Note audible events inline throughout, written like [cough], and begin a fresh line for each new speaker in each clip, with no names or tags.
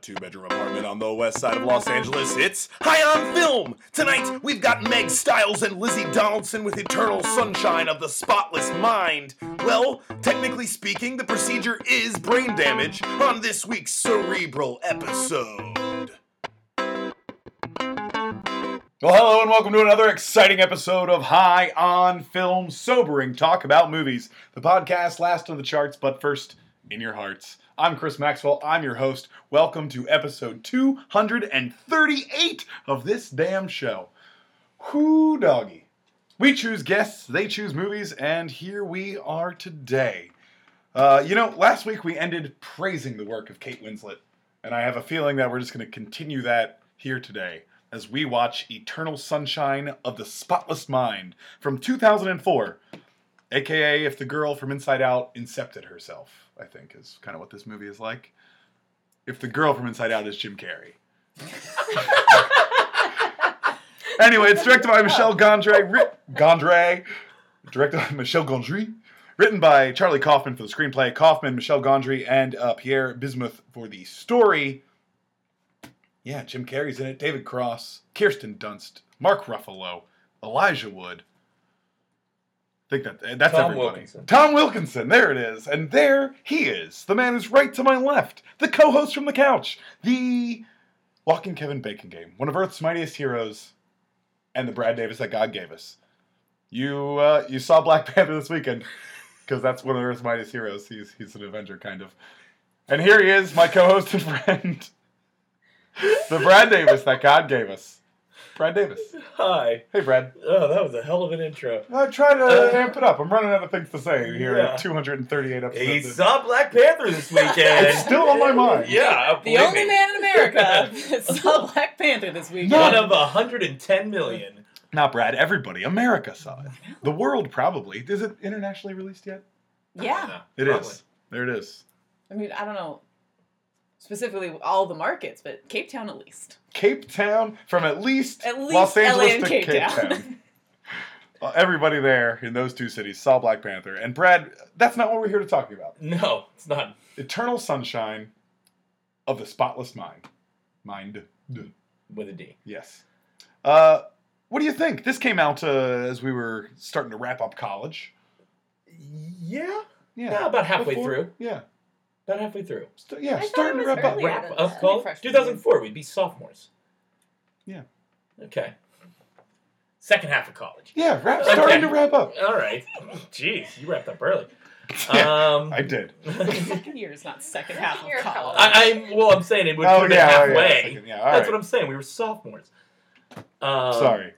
two bedroom apartment on the west side of Los Angeles. It's High on Film! Tonight, we've got Meg Stiles and Lizzie Donaldson with Eternal Sunshine of the Spotless Mind. Well, technically speaking, the procedure is brain damage on this week's cerebral episode.
Well, hello and welcome to another exciting episode of High on Film Sobering Talk About Movies, the podcast last on the charts, but first in your hearts. I'm Chris Maxwell, I'm your host. Welcome to episode 238 of this damn show. Whoo doggy. We choose guests, they choose movies, and here we are today. Uh, you know, last week we ended praising the work of Kate Winslet, and I have a feeling that we're just going to continue that here today as we watch Eternal Sunshine of the Spotless Mind from 2004, aka If the Girl from Inside Out Incepted Herself, I think is kind of what this movie is like. If the Girl from Inside Out is Jim Carrey. [laughs] anyway, it's directed by Michelle Gondry. Ri- Gondry. Directed by Michelle Gondry. Written by Charlie Kaufman for the screenplay, Kaufman, Michelle Gondry, and uh, Pierre Bismuth for the story. Yeah, Jim Carrey's in it. David Cross, Kirsten Dunst, Mark Ruffalo, Elijah Wood. I think that that's
Tom
everybody.
Wilkinson.
Tom Wilkinson. There it is, and there he is, the man who's right to my left, the co-host from the couch, the walking Kevin Bacon game, one of Earth's mightiest heroes, and the Brad Davis that God gave us. You uh, you saw Black Panther this weekend because that's one of Earth's mightiest heroes. He's he's an Avenger kind of, and here he is, my co-host and friend, [laughs] the Brad Davis that God gave us. Brad Davis.
Hi.
Hey, Brad.
Oh, that was a hell of an intro.
I try to amp it up. I'm running out of things to say here
Yeah.
at 238 episodes.
He saw Black Panther this weekend.
It's still on my mind.
yeah,
[laughs] The
believe
only
me.
man in America
[laughs]
that saw Black Panther this weekend.
One of 110 million.
Not Brad. Everybody. America saw it. The world probably. Is it internationally released yet?
yeah.
It is.
Probably.
There it is.
I mean, I don't know specifically all the markets, but Cape Town at least.
Cape Town from at least,
At least
Los Angeles
LA and
to
Cape, [laughs] Town.
Uh, Everybody there in those two cities saw Black Panther. And Brad, that's not what we're here to talk about.
No, it's not.
Eternal Sunshine of the Spotless Mind. Mind.
With a D.
Yes. Uh, what do you think? This came out uh, as we were starting to wrap up college.
Yeah?
Yeah.
No, about halfway
Before-
through.
Yeah.
About halfway through.
St- yeah.
I thought
starting
it
to
was
wrap up.
early. Oh, Yeah,
Wrap
but-
up call?
Freshman
2004, we'd be sophomores.
Yeah.
Okay. Second half of college.
Yeah. Wrap, starting
Okay.
to wrap up.
All right. Jeez, you wrapped up early. Um,
[laughs] I did.
Second year is not second half of
Year of
college.
[laughs]
college.
I, I'm well. I'm saying it would have been
Oh, yeah,
halfway.
yeah, second- yeah, all
That's
right.
what I'm saying. We were sophomores. Um,
Sorry.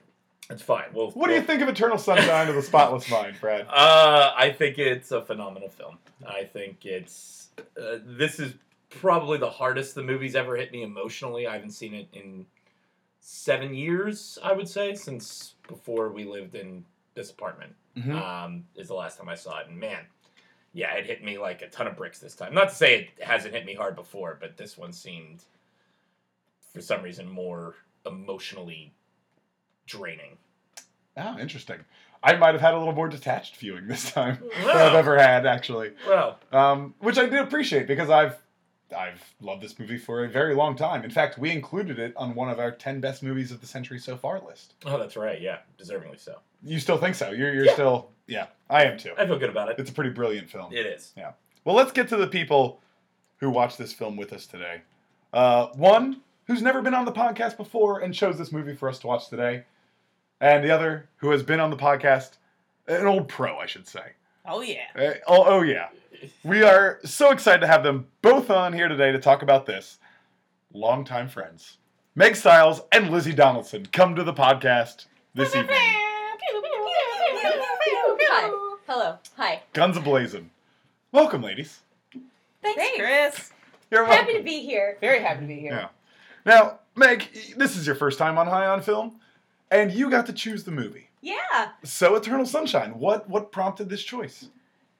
it's fine. Well,
What do you
well-
think of Eternal Sunshine of the Spotless Mind, Brad?
Uh, I think it's a phenomenal film. I think it's uh, this is probably the hardest the movie's ever hit me emotionally. I haven't seen it in seven years. I would say since before we lived in this apartment
Mm-hmm.
Mhm.
um, is the last time I saw it, and man, yeah, it hit me like a ton of bricks this time. Not to say it hasn't hit me hard before, but this one seemed, for some reason, more emotionally draining.
Oh, interesting. I might have had a little more detached viewing this time than I've
Wow.
ever had, actually.
Well,
um, which I did appreciate because I've I've loved this movie for a very long time. In fact, we included it on one of our ten best movies of the century so far list.
oh, that's right, yeah, deservingly so.
You still think so? You're you're
Yeah.
still yeah. I am too.
I feel good about it.
It's a pretty brilliant film.
It is.
Well, let's get to the people who watched this film with us today. Uh, one who's never been on the podcast before and chose this movie for us to watch today, and the other who has been on the podcast, an old pro, I should say.
Oh yeah.
Uh, oh, oh, yeah. We are so excited to have them both on here today to talk about this. Longtime friends. Meg Stiles and Lizzie Donaldson come to the podcast this evening.
Hi. Hello. Hi.
Guns ablazing. Welcome, ladies.
Thanks.
Thanks, Chris.
You're
Happy to be here.
Very happy to be here.
Yeah. Now, Meg, this is your first time on High on Film, and you got to choose the movie.
Yeah.
So, Eternal Sunshine. What what prompted this choice?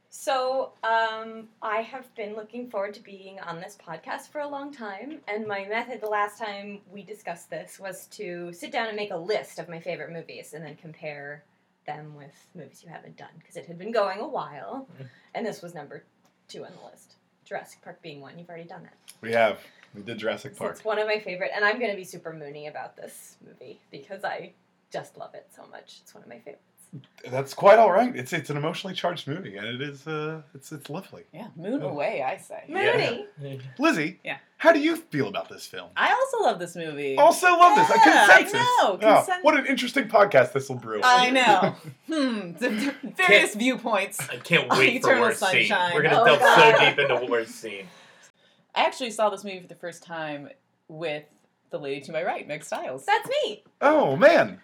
So, um, I have been looking forward to being on this podcast for a long time, and my method the last time we discussed this was to sit down and make a list of my favorite movies and then compare them with movies you haven't done because it had been going a while, and this was number two on the list. Jurassic Park being one. You've already done that.
We have. We did Jurassic
So
Park.
it's one of my favorite, and I'm going to be super moony about this movie because I just love it so much. It's one of my favorites.
That's quite all right. It's it's an emotionally charged movie, and it is uh, it's it's lovely.
Yeah, moon away, I say.
Moony.
Lizzie,
Yeah.
how do you feel about this film?
I also love this movie.
Also love this. A
Yeah, I
consensus.
know,
Yeah.
consen-
what an interesting podcast this will brew. [laughs]
I know. hmm. d- d- Various viewpoints.
I can't
Oh,
wait for
Eternal
War's scene.
Sunshine.
We're gonna
Oh,
delve
God.
so deep into War's scene.
I actually saw this movie for the first time with the lady to my right, Meg Stiles,
That's me.
oh man,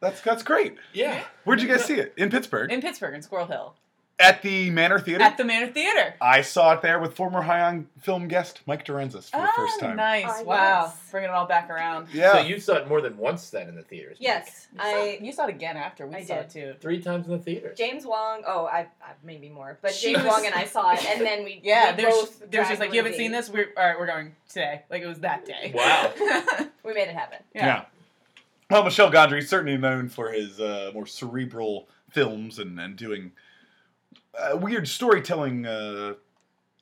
that's that's great.
Yeah.
Where'd you guys see it? In Pittsburgh,
in Pittsburgh, in Squirrel Hill,
at the Manor Theater.
at the Manor Theater.
I saw it there with former High on Film guest Mike Dorenzis for the first time.
Oh, nice!
Ah,
wow,
yes.
bringing it all back around.
Yeah.
So you saw it more than once then in the theaters.
Yes, I.
you saw it again after we
I
saw
did.
it too.
Three times in the theater.
James Wong. Oh, I, I maybe more, but
She
James
was-
Wong and I saw it, and then we
[laughs] Yeah,
we
there's
both
there's
dragged
just like you haven't
Lizzie.
seen this. We're all right. We're going today. Like it was that day. [laughs]
Wow.
We made it happen.
yeah. Well, Michelle Gondry is certainly known for his uh, more cerebral films and and doing uh, weird storytelling uh,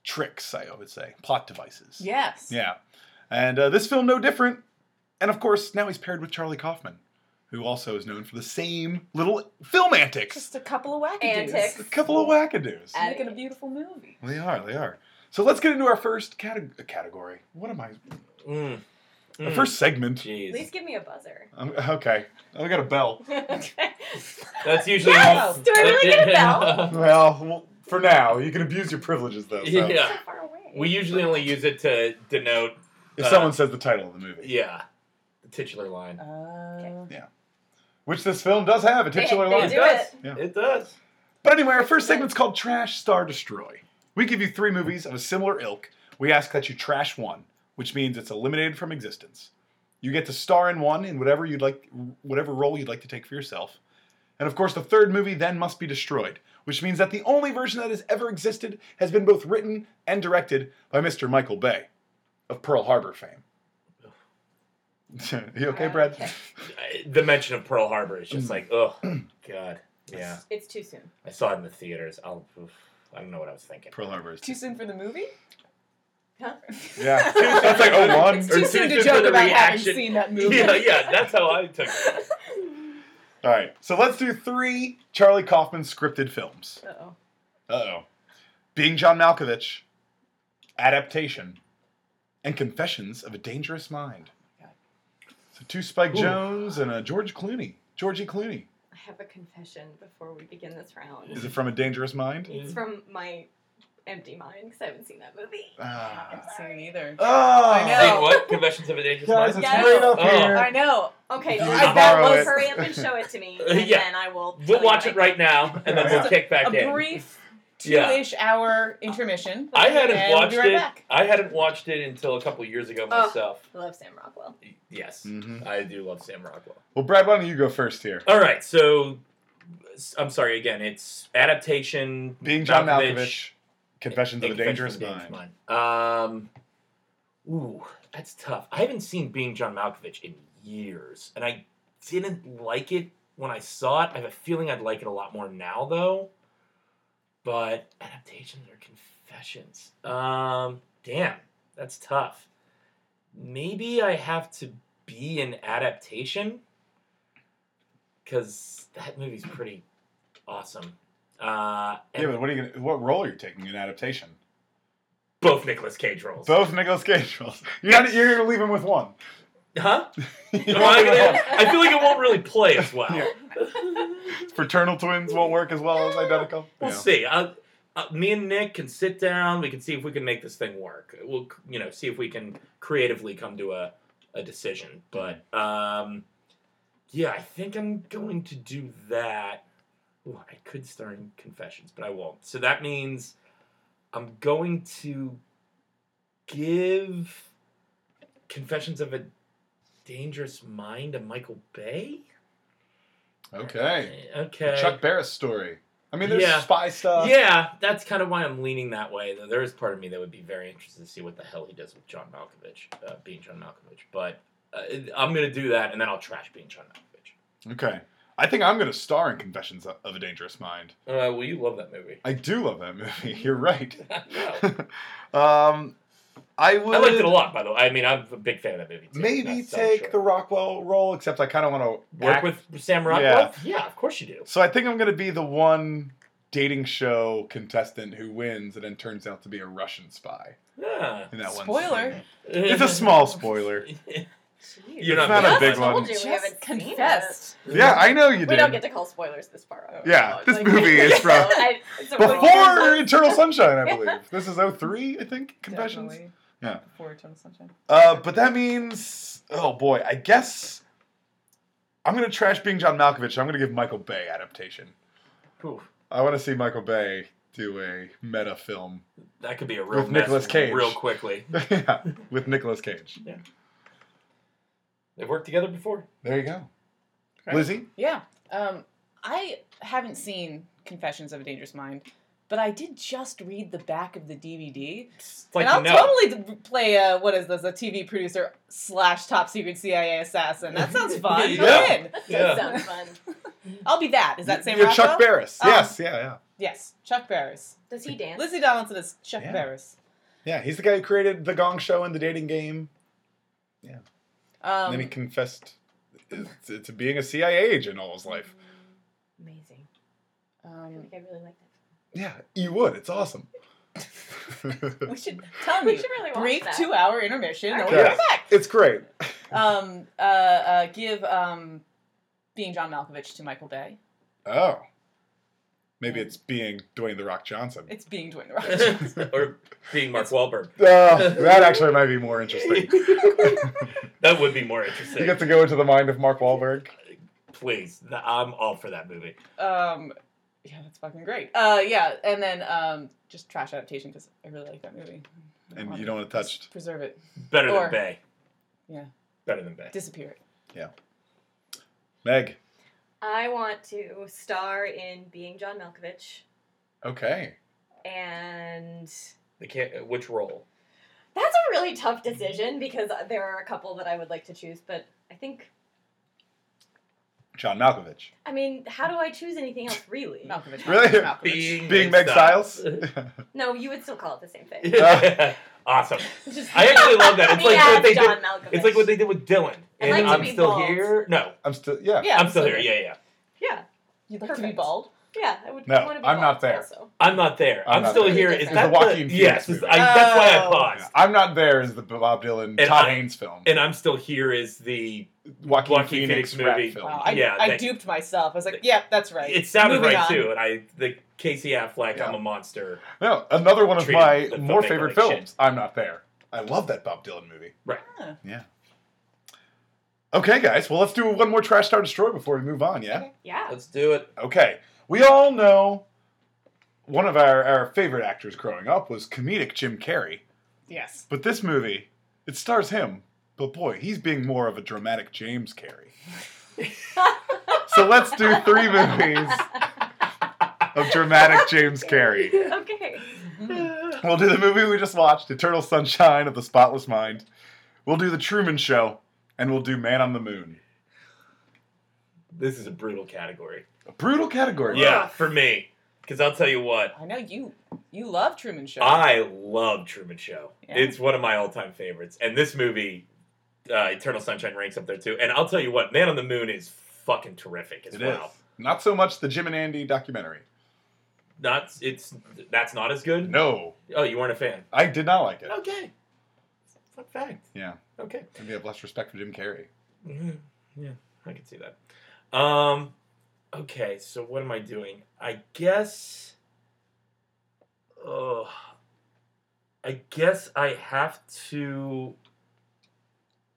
tricks. I would say plot devices.
Yes.
Yeah. And uh, this film, no different. And of course, now he's paired with Charlie Kaufman, who also is known for the same little film antics.
Just a couple of wackadoos.
Antics.
A couple of wackadoos.
Uh,
Making a beautiful movie.
They are, they are. So let's get into our first cate- category. What am I?
Mm.
Our
Mm.
first segment.
At
Jeez.
least give me
[laughs]
a buzzer. [laughs]
Um, okay. I got a bell.
That's usually
Yes! Do I really get a bell?
Well, well, for now, you can abuse your privileges, though. so.
[laughs]
So
Yeah.
far away.
We usually only use it to denote
If
Uh,
someone says the title of the movie,
yeah. The titular line.
Uh,
which this film does have a
They-
titular
they
line.
do it.
Yeah.
It does.
But anyway, our first segment's called Trash Star Destroy. We give you three movies of a similar ilk. We ask that you trash one, which means it's eliminated from existence. You get to star in one in whatever you'd like whatever role you'd like to take for yourself. And of course, the third movie then must be destroyed, which means that the only version that has ever existed has been both written and directed by Mr. Michael Bay of Pearl Harbor fame. [laughs] you okay, Brad?
Okay.
I- The mention of Pearl Harbor is just like, oh, [clears throat] God. Yeah.
It's too soon.
I saw it in the theaters. I'll, oof. I don't know what I was thinking.
Pearl Harbor is
Too soon for the movie?
Huh?
[laughs]
Yeah. That's like oh one.
It's
Or
too
too
soon to
soon for
joke
the
about having
reaction.
seen that
[laughs]
movie.
Yeah, yeah. That's how I took it.
All right, so let's do three Charlie Kaufman scripted films.
Uh-oh.
Uh oh. Being John Malkovich, Adaptation, and Confessions of a Dangerous Mind. So two Spike
Ooh.
Jones and a George Clooney. Georgie Clooney.
I have a confession before we begin this round.
Is it from A Dangerous Mind?
It's from my empty mind because I haven't seen that movie.
I
Ah.
haven't seen it either.
Oh.
I
[laughs]
know.
Wait, what? Confessions of a Dangerous
Guys,
Mind?
it's
Yes.
right up
Oh.
here.
I know.
Okay,
If
so
you
I
could
that
borrow
was
it.
hurry up and show it
[laughs]
to me,
Uh,
and
yeah.
then I will.
We'll
tell you
watch
what
it
I
right now, and then [laughs] we'll
Yeah.
kick back
A
in.
brief
[laughs] Yeah.
two-ish hour intermission.
I hadn't
and
watched
we'll be right
it.
Back.
I hadn't watched it until a couple years ago
Oh.
myself.
think. I love Sam Rockwell.
Yes,
Mhm.
I do love Sam Rockwell.
Well, Brad, why don't you go first here?
All right, so s- I'm sorry again. It's adaptation.
Being John Malkovich, Confessions of a
and Confessions
Dangerous
of a Dangerous
Mind.
Mind. Um, ooh, that's tough. I haven't seen Being John Malkovich in years, and I didn't like it when I saw it. I have a feeling I'd like it a lot more now, though. But adaptations or confessions? Um, damn, that's tough. Maybe I have to be an adaptation because that movie's pretty awesome. Uh, and
Yeah, but what are you gonna, what role are you taking in adaptation?
both Nicolas Cage roles.
Both Nicolas Cage roles. [laughs] You're, not, you're gonna leave him with one. [laughs]
Huh?
You're
Am I,
leaving him
gonna-
with
I feel like it won't really play as well.
Yeah. one. Fraternal twins won't work as well as identical.
We'll
Yeah.
see. i uh, me and Nick can sit down. We can see if we can make this thing work. We'll, you know, see if we can creatively come to a, a decision. But um, yeah, I think I'm going to do that. Ooh, I could star in Confessions, but I won't. So that means I'm going to give Confessions of a Dangerous Mind to Michael Bay.
Okay.
Okay.
Chuck Barris story. I mean, there's
Yeah.
spy stuff.
yeah, that's kind of why I'm leaning that way. Though there is part of me that would be very interested to see what the hell he does with John Malkovich, uh, being John Malkovich. But uh, I'm gonna do that, and then I'll trash being John Malkovich.
Okay. I think I'm going to star in Confessions of a Dangerous Mind.
Uh, well, you love that movie. [laughs]
I do love that movie. [laughs] You're right.
I
um, I would.
liked it a lot, by the way. I mean, I'm a big fan of that movie. Too.
Maybe
That's- I'm
take
sure.
the Rockwell role, except I kind of want to
work with Sam Rockwell. Yeah. of course you do.
So I think I'm going to be the one dating show contestant who wins and then turns out to be a Russian spy.
Yeah.
In that one.
Spoiler.
scene. It's a small spoiler.
[laughs] You're
It's
not,
not a big
told
one.
you we
Just
haven't seen it.
confessed.
Yeah, I know you
We don't get
did.
to call spoilers this far out.
Yeah,
Like,
this movie
[laughs]
is from
I- it's
[laughs]
a really good-
Before Eternal Sunshine, I believe. This is 03,
[laughs]
I think, Confessions.
Definitely.
Yeah.
Before Eternal Sunshine.
Uh, but that means, oh boy, I guess I'm going to trash being John Malkovich. I'm going to give Michael Bay adaptation.
Ooh,
I want to see Michael Bay do a meta film [laughs]
that could be a real
With
mess
Nicolas Cage.
real quickly.
yeah, with Nicolas Cage.
They've worked together before.
There you go.
Right.
Lizzie?
Yeah. Um, I haven't seen Confessions of a Dangerous Mind, but I did just read the back of the DVD.
It's like
and I'll
no.
totally d- play a, what is this, a TV producer slash top secret CIA assassin.
[laughs]
That sounds fun.
Yeah.
I'm in.
That does
Yeah.
sound fun.
I'll be that. Is that Sam
You're
Rockwell?
Chuck Barris.
Oh.
Yes, yeah, yeah.
Yes, Chuck Barris.
Does he dance?
Lizzie Donaldson is Chuck
Yeah.
Barris.
Yeah, he's the guy who created the Gong Show and the dating game.
Um,
and then he confessed to to being a CIA agent all his life.
Amazing. I
um,
think I really like that.
Yeah, you would. It's awesome. [laughs] Mm.
we should tell
We
you.
should really watch
Brief
that.
two-hour intermission, and
Okay.
we're back.
it's great.
um, uh, uh, give um, being John Malkovich to Michael Bay.
Oh. Maybe it's being Dwayne The Rock Johnson.
It's being Dwayne the Rock. Johnson.
[laughs] or being Mark Wahlberg.
[laughs] Oh, that actually might be more [laughs] interesting.
[laughs] that would be more
You
interesting.
get to go into the mind of Mark Wahlberg.
Please, th- I'm all for that movie.
[laughs]
um, yeah, that's fucking great. Uh, yeah, and then um, just trash adaptation because I really like that movie. I
And
want
you don't want it touched.
Just preserve it,
Better
Or-
than Bay.
Yeah.
Better than Bay.
disappear it.
Meg.
I want to star in Being John Malkovich,
Okay.
and
They can't. Which role?
that's a really tough decision because there are a couple that I would like to choose, but I think.
John Malkovich.
I mean, how do I choose anything else, really?
Malkovich.
Really?
Malkovich, Malkovich.
Being,
Being Meg Styles.
[laughs]
[laughs]
No, you would still call it the same thing.
Styles. awesome.
Just
I actually love
[laughs]
that. It's
me
like what
as
they
John
did.
Malkovich.
It's like what they did with Dylan.
I'd
And
like to
I'm
be
still
bald.
here. No,
I'm still, yeah.
Yeah,
I'm still here.
absolutely.
Yeah, yeah.
Yeah,
You'd like to be
Perfect.
bald?
yeah. I would.
No,
want to be
I'm
bald
not there.
Also.
I'm not there.
I'm
I'm,
not
still
there.
here.
It's
Is
the
that
Joaquin Phoenix
Yes,
movie.
I, that's why I
Oh.
paused.
Yeah. I'm not there is the Bob Dylan,
And
Todd
I-
Haynes film.
And I'm still here is the.
Joaquin,
Joaquin
Phoenix,
Phoenix
rap
movie.
film.
Wow, I,
Yeah,
I
that-
duped myself. I was like, yeah, that's right.
It sounded
Moving
right
on.
too, and I the Casey Affleck.
Yeah.
I'm a monster.
No, another one of
Treated
my
the
more
filmmaker
favorite
like shit.
films. I'm not there. I love that Bob Dylan movie.
Huh.
Okay, guys. Well, let's do one more Trash Star Destroy before we move on. Yeah.
Yeah.
Let's do it.
Okay. We all know one of our, our favorite actors growing up was comedic Jim Carrey,
Yes.
but this movie it stars him. But boy, he's being more of a dramatic James Carrey. so let's do three movies of dramatic James Carrey.
Okay.
Mm-hmm.
Mm.
We'll do the movie we just watched, Eternal Sunshine of the Spotless Mind. We'll do The Truman Show, and we'll do Man on the Moon.
This is a brutal category.
A brutal category.
Yeah, for me, because I'll tell you what,
I know you. You love Truman Show.
I love Truman Show.
Yeah.
It's one of my all-time favorites, and this movie, uh, Eternal Sunshine, ranks up there too. And I'll tell you what, Man on the Moon is fucking terrific as
it is.
well.
Not so much the Jim and Andy documentary.
Not it's that's not as good.
No,
Oh, you weren't a fan.
I did not like it.
Okay. Fun fact.
Yeah,
Okay.
maybe I have less respect for Jim Carrey.
Mhm. Yeah, I can see that. Um, okay, so what am I doing? I guess. Oh, I guess I have to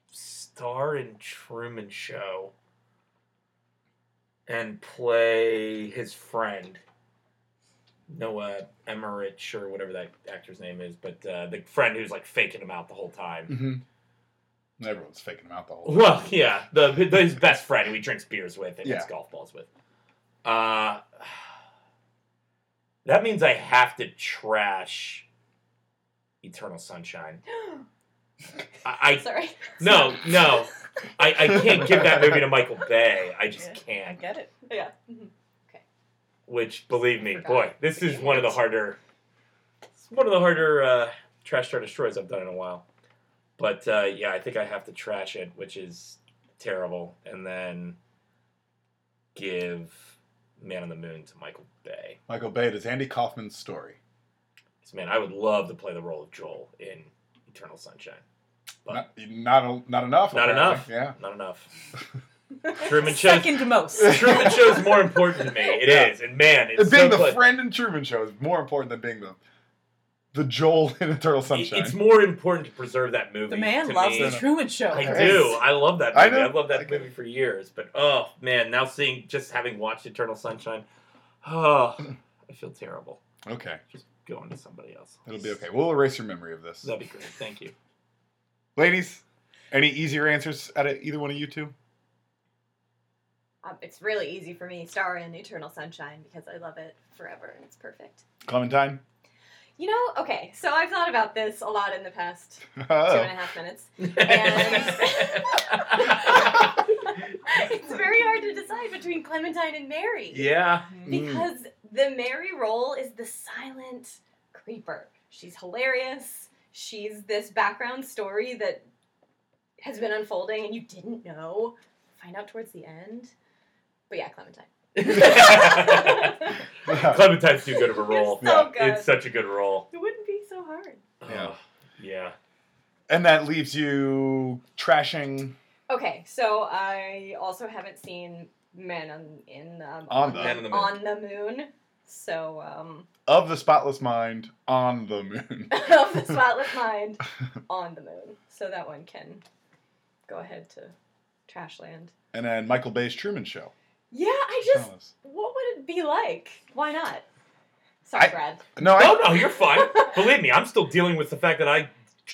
star in Truman Show and play his friend Noah Emmerich or whatever that actor's name is, but uh, the friend who's like faking him out the whole time.
Mm-hmm. Everyone's faking him out the whole
Well, yeah, the, the his best friend who he drinks beers with and hits
Yeah.
golf balls with. Uh, that means I have to trash
[laughs]
Eternal Sunshine. I, I
[gasps] Sorry.
no no I, I can't give that movie to Michael Bay. I just
I
can't.
get it.
[laughs] Yeah. Mm-hmm.
Which, believe me,
Forgot.
boy, this is one of the harder, it's one of the harder uh, trash star destroys I've done in a while. But uh, yeah, I think I have to trash it, which is terrible, and then give Man on the Moon to Michael Bay.
Michael Bay, it is Andy Kaufman's story.
Because man, I would love to play the role of Joel in Eternal Sunshine.
Not, not, a- not enough.
Not enough.
apparently. Yeah.
Not enough. Truman shows.
[laughs] Second most.
Truman Show's more important to me. It is,
Yeah.
and man, it's
being
so
the
close.
friend in Truman Show is more important than being the the Joel in Eternal
It-
Sunshine.
It's more important to preserve that movie.
The man
to
loves
me.
the Truman Show.
I
Yes.
do. I love that
I
movie. I,
know.
love that
Okay.
movie for years. But oh man, now seeing just having watched Eternal Sunshine, oh, I feel terrible.
okay,
Just going to somebody else.
it'll be okay. We'll erase your memory of this,
That'd be great. Thank
[laughs]
you.
ladies. Any easier answers out of either one of you two?
Um, it's really easy for me. Star in Eternal Sunshine because I love it forever and it's perfect.
Clementine.
You know, okay, so I've thought about this a lot in the past two and a
[laughs] Oh.
half minutes.
[laughs]
[laughs]
[laughs] yeah.
it's very hard to decide between Clementine and Mary. [laughs] Because the Mary role is the silent creeper. She's hilarious. She's this background story that has been unfolding and you didn't know. Find out towards the end. But yeah,
[laughs]
Clementine. [laughs] it
Clementine's too good of a role.
It's so good.
It's such a good role.
wouldn't be so hard.
Yeah.
Oh, yeah.
and that leaves you trashing.
Okay, so I also haven't seen Men on in um,
On the- Men
on the Moon.
on the Moon. So um,
Of the spotless mind on the moon. [laughs]
[laughs] of the spotless mind on the moon. So that one can go ahead to trash land.
And then Michael Bay's Truman Show.
Yeah, I just
Thomas.
what would it be like? Why not? Sorry,
I-
Brad.
No, I,
No, no, you're fine. Believe me, I'm still dealing with the fact that I t-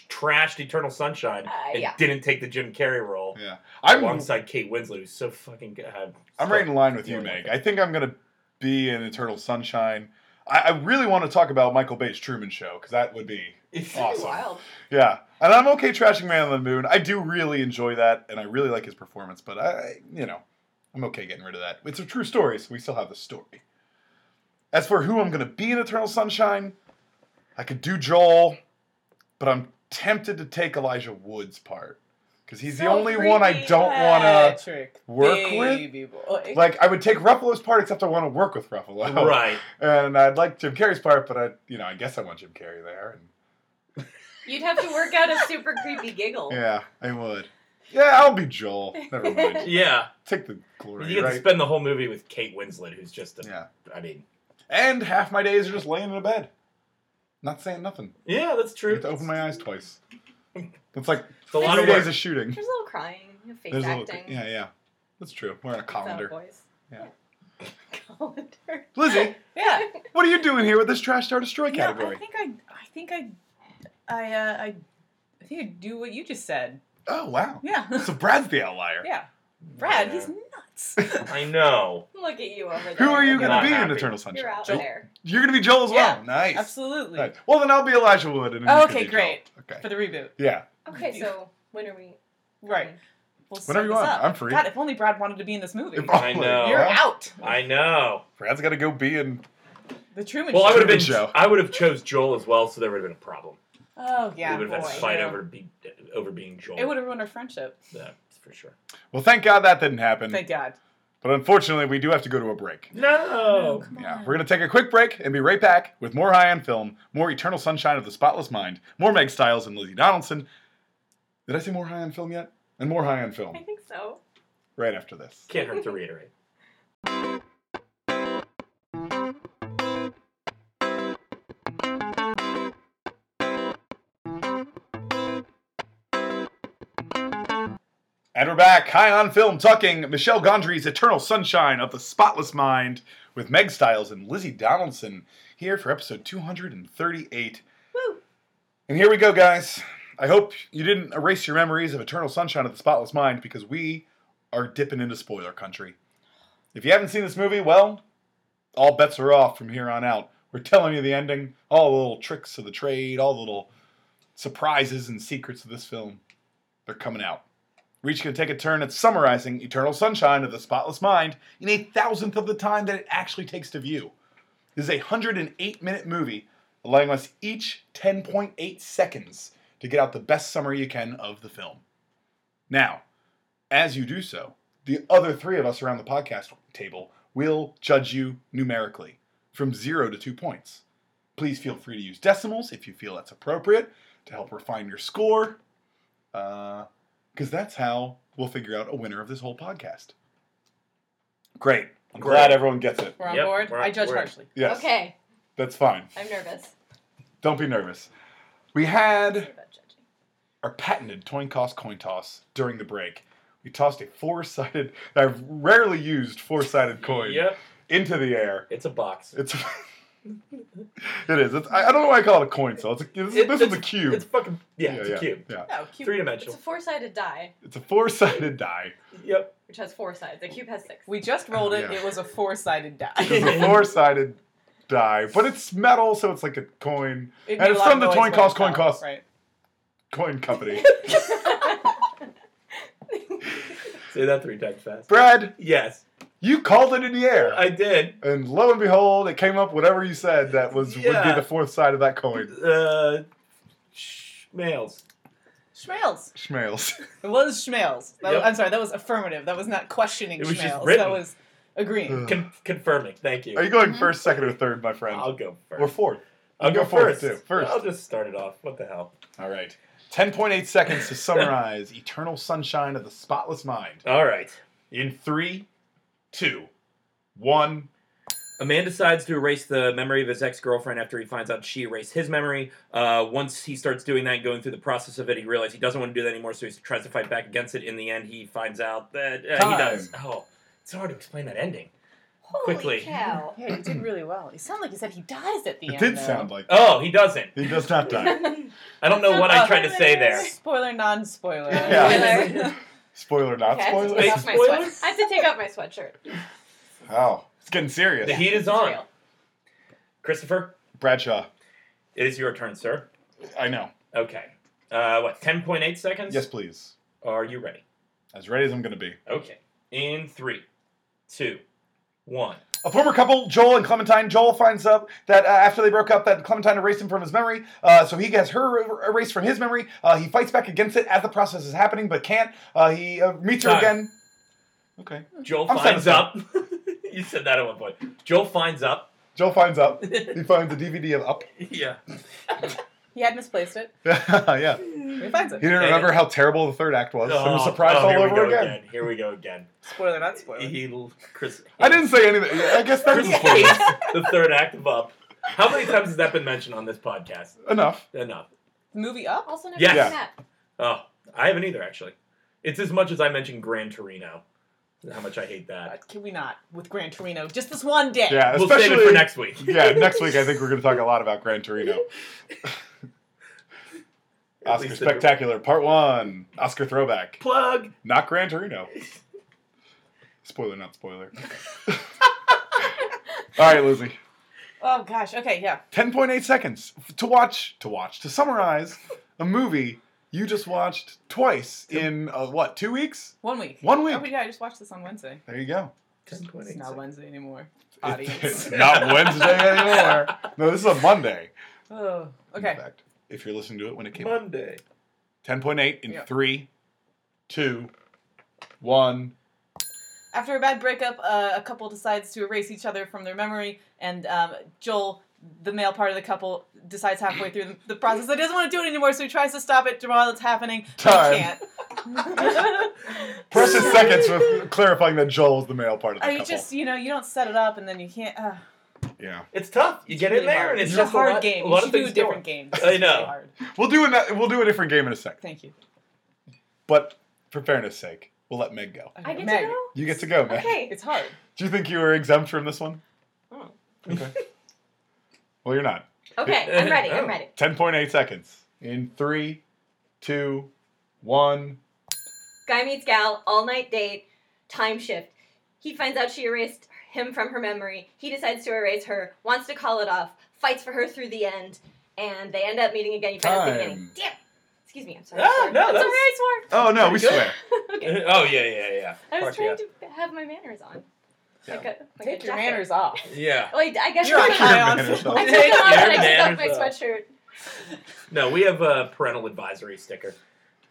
trashed Eternal Sunshine
Uh,
and
yeah.
didn't take the Jim Carrey role
yeah. I'm,
alongside Kate Winslet, who's so fucking good. I'm,
I'm
so-
right in line with you,
Yeah,
Meg.
okay.
I think I'm gonna be in Eternal Sunshine. I, I really want to talk about Michael Bay's Truman Show because that would be
It's
Awesome.
Wild.
yeah. And I'm okay trashing Man on the Moon. I do really enjoy that, and I really like his performance. But I, you know, I'm okay getting rid of that. It's a true story, so we still have the story. As for who I'm gonna be in Eternal Sunshine, I could do Joel, but I'm tempted to take Elijah Wood's part because he's the
So
only one I
creepy.
don't want to.
Patrick,
work
baby boy.
Like I would take Ruffalo's part, except I want to work with Ruffalo.
Right.
And I'd like Jim Carrey's part, but I, you know, I guess I want Jim Carrey there.
You'd have to
[laughs]
work out a super creepy giggle.
And yeah, I would. Yeah, I'll be Joel. Never mind.
Yeah.
Take the
You
glory,
get to
right?
spend the whole movie with Kate Winslet, who's just a I
yeah.
mean,
And half my days are just laying in a bed, not saying nothing.
yeah, that's
I
true.
get to open my eyes twice. It's like
It's a lot
three
of
days
work.
of shooting.
There's a little crying, a face
There's a little,
acting.
yeah, yeah. That's true. We're in a
It's out of
colander.
voice.
Yeah.
Colander. [laughs]
Lizzie,
yeah.
what are you doing here with this trash star destroy
Yeah,
category?
I think I, I think I, I, uh, I, I think I do what you just said.
Oh wow.
Yeah, [laughs]
So Brad's the outlier.
yeah. Brad, he's
Yeah.
[laughs]
nuts.
I know.
Look at you over there.
Who are you
You're
going to
not
be in
happy.
Eternal Sunshine?
You're out
Joel?
there.
You're gonna be Joel as well.
Yeah,
nice.
Absolutely.
Right. Well, then I'll be Elijah Wood. And then you can
Okay,
be Joel.
great.
Okay.
For the reboot,
Yeah.
Okay, so when are we?
right? We'll set
Whenever you
this
want.
Up.
I'm free.
God, if only Brad wanted to be in this movie.
[laughs] Probably.
I know.
You're
Yeah.
out.
I know.
Brad's gotta go be in.
The Truman
Well, I
Show.
would have been.
Truman Show.
I would have chose Joel as well, so there would have been a problem.
oh yeah,
we would have
boy.
had to fight
Yeah.
over be, over being Joel.
It would have ruined our friendship.
That's for sure.
Well, thank God that didn't happen.
Thank God.
But unfortunately, we do have to go to a break.
No.
come
Yeah,
on.
we're gonna take a quick break and be right back with more High on Film, more Eternal Sunshine of the Spotless Mind, more Meg Styles and Lizzie Donaldson. Did I say more High on Film yet? And more High on Film
I think so.
right after this.
Can't hurt to
[laughs]
reiterate.
And we're back, high on film, talking Michelle Gondry's Eternal Sunshine of the Spotless Mind with Meg Styles and Lizzie Donaldson here for episode 238.
Woo!
And here we go, guys. I hope you didn't erase your memories of Eternal Sunshine of the Spotless Mind because we are dipping into spoiler country. If you haven't seen this movie, well, all bets are off from here on out. We're telling you the ending, all the little tricks of the trade, all the little surprises and secrets of this film. They're coming out. We're each going to take a turn at summarizing Eternal Sunshine of the Spotless Mind in a thousandth of the time that it actually takes to view. This is a 108 minute movie, allowing us each 10.8 seconds to get out the best summary you can of the film. Now, as you do so, the other three of us around the podcast table will judge you numerically from zero to two points. Please feel free to use decimals if you feel that's appropriate to help refine your score, because that's how we'll figure out a winner of this whole podcast. Great. I'm glad
Great.
everyone gets it.
We're on
Yep,
board.
we're-
I judge
we're-
harshly.
Yes.
Okay,
That's fine.
I'm
[laughs]
nervous.
Don't be nervous. We had
about judging.
our patented coin toss coin toss during the break. We tossed a four-sided, [laughs] I've rarely used four-sided coin
Yep.
into the air.
It's a box.
It's [laughs] it is. It's, I I don't know why I call it a coin. So it's a, this,
It-
this is a
it's-
cube.
It's fucking yeah.
Yeah,
it's a cube.
yeah.
No, Oh, cute.
Three
It's a
dimensional.
four-sided die,
It's a four-sided [laughs] die.
Yep.
which has four sides. A cube has six.
We just rolled it.
Yeah.
It was a four-sided die. [laughs]
It's
[laughs]
a four-sided die, but it's metal, so it's like a coin.
It
And
made a
it's
lot of
from the
noise
Toy
when it
Cost, Coin
fell,
Cost.
Right.
Coin company. [laughs]
Say that three times fast.
Brad,
Yes,
you called it in the air.
I did.
And lo and behold, it came up whatever you said that was would
Yeah.
be the fourth side of that coin.
Uh, Schmails.
Schmails.
[laughs]
Schmails.
It was Schmails. That-
Yep.
I'm sorry, that was affirmative. That was not questioning
It was just
Schmails.
written.
That was agreeing.
Con- confirming. Thank you.
Uh. Are you going
Mhm.
first, second, or third, my friend?
I'll go first.
or fourth?
I'll
you
go
go fourth,
first.
too. First.
I'll just start it off. What the hell?
All right. 10.8 seconds to summarize [laughs] Eternal Sunshine of the Spotless Mind.
All right.
In three, two, one.
A man decides to erase the memory of his ex girlfriend after he finds out she erased his memory. Uh, once he starts doing that and going through the process of it, he realizes he doesn't want to do that anymore, so he tries to fight back against it. In the end, he finds out that uh, he
Time.
does. Oh, it's hard to explain that ending.
[laughs] Holy
Quickly.
cow.
Yeah, you did really well. It sounded like you said he dies at the
It
end.
did
though. [laughs]
sound like
Oh, he doesn't.
he does
[laughs]
not
[laughs]
die.
I don't know what I tried to say
[laughs]
there.
Spoiler, non-spoiler.
Yeah.
[laughs]
Spoiler.
Spoiler, not
Okay, I have to
spoiler.
take off my
Spoilers?
sweat- I have to take off my sweatshirt.
Wow. It's getting serious.
The heat is
It's
on.
real.
Christopher,
Bradshaw.
it is your turn, sir.
I know.
Okay. Uh, what, 10.8 seconds?
Yes, please.
Are you ready?
As ready as I'm going to be.
Okay. In three, two, one.
A former couple, Joel and Clementine. Joel finds up that uh, after they broke up, that Clementine erased him from his memory. Uh, so he gets her er- erased from his memory. Uh, he fights back against it as the process is happening, but can't. Uh, he uh, meets her
Time.
again. Okay.
Joel
I'm
finds up. [laughs] you said that at one point. Joel finds up.
Joel
[laughs]
finds up. he finds a DVD of Up. [laughs]
Yeah.
[laughs] He had misplaced it.
yeah.
He finds
He
it.
didn't remember how terrible the third act was. so I'm
Oh,
surprised
oh,
all
here we
over
go
again.
Here we go again.
Spoiler, not spoiler.
He, Chris,
I didn't say anything. I
[laughs]
guess that's
Chris
a spoiler.
hates the third act of Up. How many times has that been mentioned on this podcast?
Enough.
Enough.
Movie up.
Also never
Yes.
seen
Yeah.
that.
Oh, I haven't either actually. It's as much as I mentioned Gran Torino. How much I hate
Uh,
that.
can we not with Gran Torino? Just this one day.
Yeah,
We'll
especially
save it for next week.
yeah, next week I think we're going to talk a lot about
[laughs]
Gran Torino.
At
Oscar
least the-
Spectacular Part 1. Oscar Throwback.
Plug.
Not Gran Torino. Spoiler,
[laughs]
not spoiler. All right, Lizzie.
Oh gosh. Okay. Yeah.
10.8 seconds to watch, to watch, to summarize a movie you just watched twice in, uh, what, two weeks?
One week.
One week.
Oh yeah. I just watched this on Wednesday.
There you go.
It's not Wednesday anymore.
It-
Audience. [laughs]
It's [laughs] not Wednesday anymore. No, this is a Monday.
oh.
In
Okay.
fact, if you're listening to it when it came out.
Monday.
10.8 in
Yeah.
three, two, one.
After a bad breakup, uh, a couple decides to erase each other from their memory, and um, Joel, the male part of the couple, decides halfway through the, the process that he doesn't want to do it anymore, so he tries to stop it while it's happening.
Time.
He
[laughs]
can't.
Precious seconds with clarifying that Joel is the male part of the
I
couple.
just, you know, you don't set it up, and then you can't. Uh,
Yeah.
It's tough. You get in
really
there
hard.
and it's,
a
just
hard
lot,
game.
A
you
lot
should
of
do
things
a different
going.
game.
I
It's really
know.
hard.
We'll do a we'll do a different game in a sec.
Thank you.
But for fairness' sake, we'll let Meg go.
Okay,
I get
Meg,
to go?
You get to go, Meg.
Okay.
It's hard.
Do you think you were exempt from this one?
Hmm.
Oh.
Okay. [laughs] well, you're not.
Okay, I'm ready.
[laughs]
I'm
Oh.
ready.
Ten point eight seconds in three, two, one.
Guy meets gal, all night date, time shift. He finds out she erased him from her memory. He decides to erase her, wants to call it off, fights for her through the end, and they end up meeting again. You find out at the
Time.
beginning. Damn! Excuse me, I'm sorry. I
Ah,
swore.
no,
I'm
that
sorry,
was-
I swore.
Oh no, we
Pretty good.
swear.
[laughs] okay.
[laughs]
oh yeah, yeah, yeah.
I was
Fuck
trying to have my manners on.
Yeah.
Like a, like
Take
a
your
jacket.
manners off.
[laughs] yeah.
Wait, [laughs] I guess
You're
I'm
on
Take your
not-
high on
manners
film.
off.
I took it
Take
off
your
and I took off my
manners off.
sweatshirt.
No, we have a parental advisory sticker.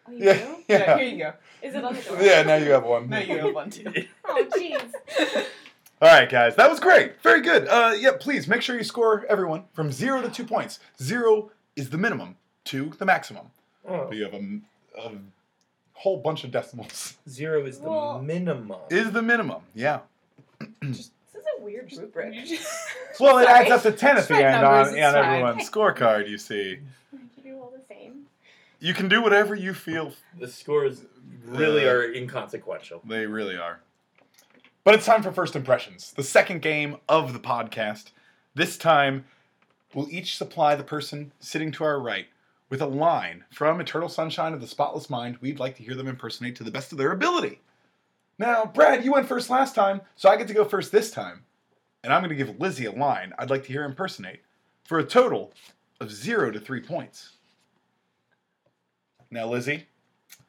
Oh, you
Yeah,
do?
Yeah,
yeah,
here you go.
Is it on the door?
yeah. Now you have one.
Now you have
[laughs]
one too.
Oh, jeez.
All right, guys, that was great. Very good. Uh, yeah, please make sure you score everyone from zero to two points. Zero is the minimum, two the maximum.
Oh.
But you have a, m- a whole bunch of decimals.
Zero is the
Well-
minimum.
Is the minimum, yeah.
This is a weird [laughs] rubric.
Well, it
Sorry.
adds up to ten at the
Straight
end
numbers,
on,
it's
on
fine.
everyone's scorecard. You see,
You do all the same.
you can do whatever you feel
the scores really
Uh,
are inconsequential.
They really are. But it's time for first impressions, the second game of the podcast. This time, we'll each supply the person sitting to our right with a line from Eternal Sunshine of the Spotless Mind we'd like to hear them impersonate to the best of their ability. Now, Brad, you went first last time, so I get to go first this time. And I'm going to give Lizzie a line I'd like to hear impersonate for a total of zero to three points. Now, Lizzie,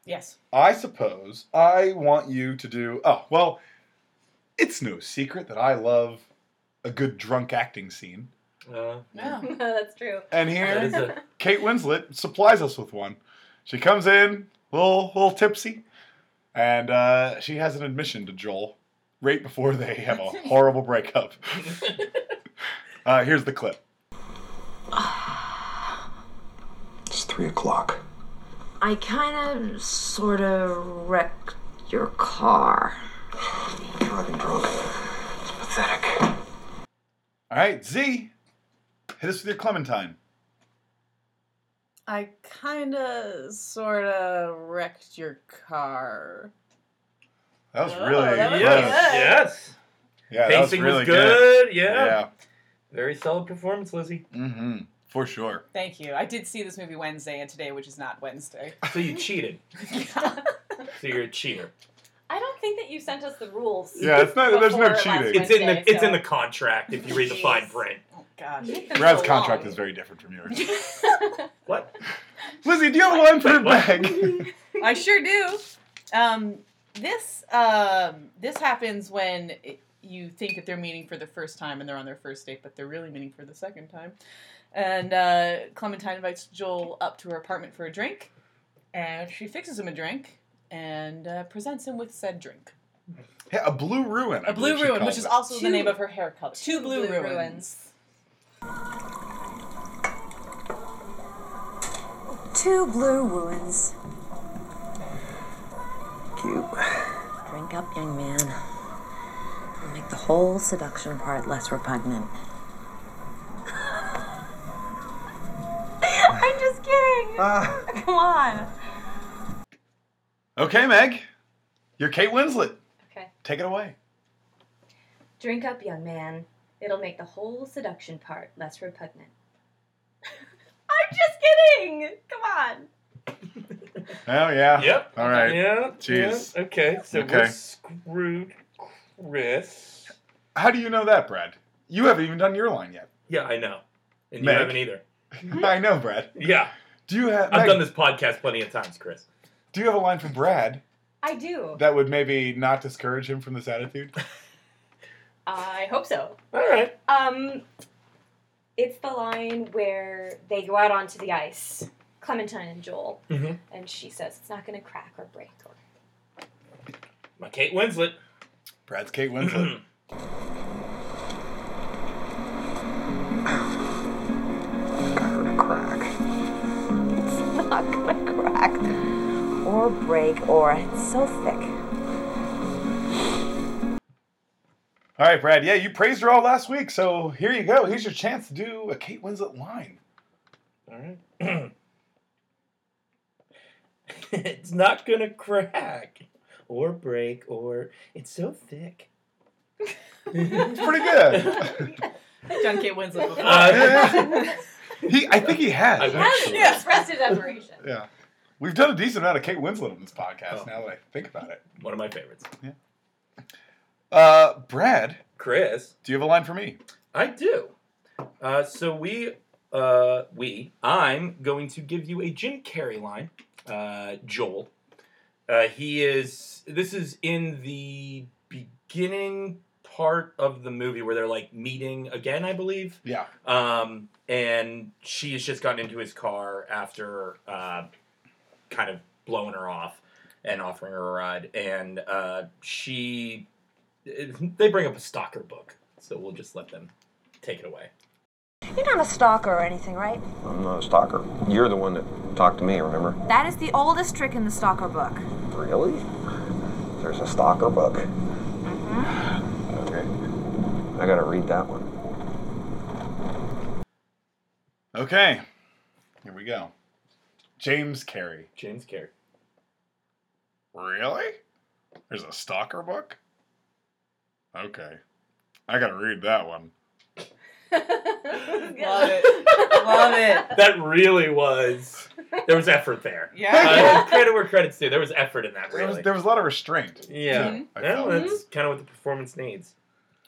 Yes.
I suppose I want you to do. Oh, well, it's no secret that I love a good drunk acting scene.
Uh,
No.
[laughs] No, that's true.
And
that is
here,
a-
Kate Winslet supplies us with one. She comes in, little, little tipsy, and uh, she has an admission to Joel right before they
[laughs]
have a horrible breakup. uh, here's the clip.
It's three o'clock.
I kind of, sort of wrecked your car.
You're driving drunk. It's pathetic.
All right, Z, hit us with your Clementine.
I kinda sorta wrecked your car.
That was
Oh, [laughs]
really,
that was
that
really
was-
yes,
good.
yes.
yeah, that was
Pacing
really
was good. Yeah.
Yeah,
very solid performance, Lizzie.
mm-hmm, for sure.
Thank you. I did see this movie Wednesday and today, which is not [laughs] Wednesday.
So you cheated. So you're a cheater.
[laughs]
I don't think that you sent us the rules.
Yeah, it's not. There's no
Before
cheating.
last
It's in
Wednesday,
the it's
so-
in the contract if you read the fine print.
Oh gosh.
You make them
Brad's
so
contract
long.
is very different from yours.
What?
[laughs] Lizzie, do you have one for
Wait, what?
[laughs] Meg?
I sure do. Um, this um, this happens when it, you think that they're meeting for the first time and they're on their first date, but they're really meeting for the second time. And uh, Clementine invites Joel up to her apartment for a drink, and she fixes him a drink and uh, presents him with said drink.
yeah, a blue ruin. I
A blue
believe she
ruin,
calls
which is
it.
also the
Two-
name of her hair color. Two blue,
blue
ruins.
ruins.
Two blue wounds.
Cute.
Drink up, young man. It'll make the whole seduction part less repugnant. [laughs] I'm just kidding.
Ah.
[laughs] Come on.
Okay, Meg, you're Kate Winslet.
[laughs] Okay.
Take it away.
Drink up, young man. It'll make the whole seduction part less repugnant. [laughs] I'm just kidding. Come on.
Oh yeah.
Yep.
All right.
Yeah.
Jeez.
yeah. Okay. So
Okay.
we're screwed, Chris.
How do you know that, Brad? You haven't even done your line yet.
Yeah, I know. And
Meg.
you haven't either.
[laughs] I know, Brad.
Yeah.
Do you have?
I've
Meg,
done this podcast plenty of times, Chris.
Do you have a line for Brad
I do.
that would maybe not discourage him from this attitude?
I hope so.
All right.
Um, it's the line where they go out onto the ice, Clementine and Joel,
Mm-hmm.
Mhm.
and she says it's not going to crack or break.
[laughs]
Or
My Kate Winslet. [clears throat]
Brad's Kate Winslet.
I heard a crack.
It's not gonna crack or break or it's so thick.
all right, Brad. Yeah, you praised her all last week, so here you go. Here's your chance to do a Kate Winslet line.
All right. it's not gonna crack or break or it's so thick.
It's pretty good.
John Kate [laughs] Winslet. before.
Uh,
Yeah. [laughs] He, I think he has.
I wish.
actually.
Yeah.
expressive admiration.
Yeah. We've done a decent amount of Kate Winslet on this podcast
Oh.
now that I think about it.
[laughs] One of my favorites.
Uh, Brad,
Chris,
do you have a line for me?
I do. Uh, so we uh, we, I'm going to give you a Jim Carrey line, uh, Joel. Uh, he is, this is in the beginning part of the movie where they're like meeting again, I believe.
Yeah.
Um, and she has just gotten into his car after uh, kind of blowing her off and offering her a ride. And uh, she, they bring up a stalker book. So we'll just let them take it away.
You're not a stalker or anything, right?
I'm not a stalker. You're the one that talked to me, remember?
That is the oldest trick in the stalker book.
Really? There's a stalker book. Okay. I gotta read that one.
Okay. Here we go. James Carey.
James Carey.
Really? There's a stalker book? Okay. I gotta read that one.
[laughs]
[laughs]
Love it. Love [laughs] it.
That really was. There was effort there.
[laughs]
Yeah.
Uh, credit where credit's due. There was effort in that,
There, was,
really.
there was a lot of restraint.
yeah.
Mhm.
Mm-hmm.
I
Yeah,
felt.
that's kind of what the performance needs.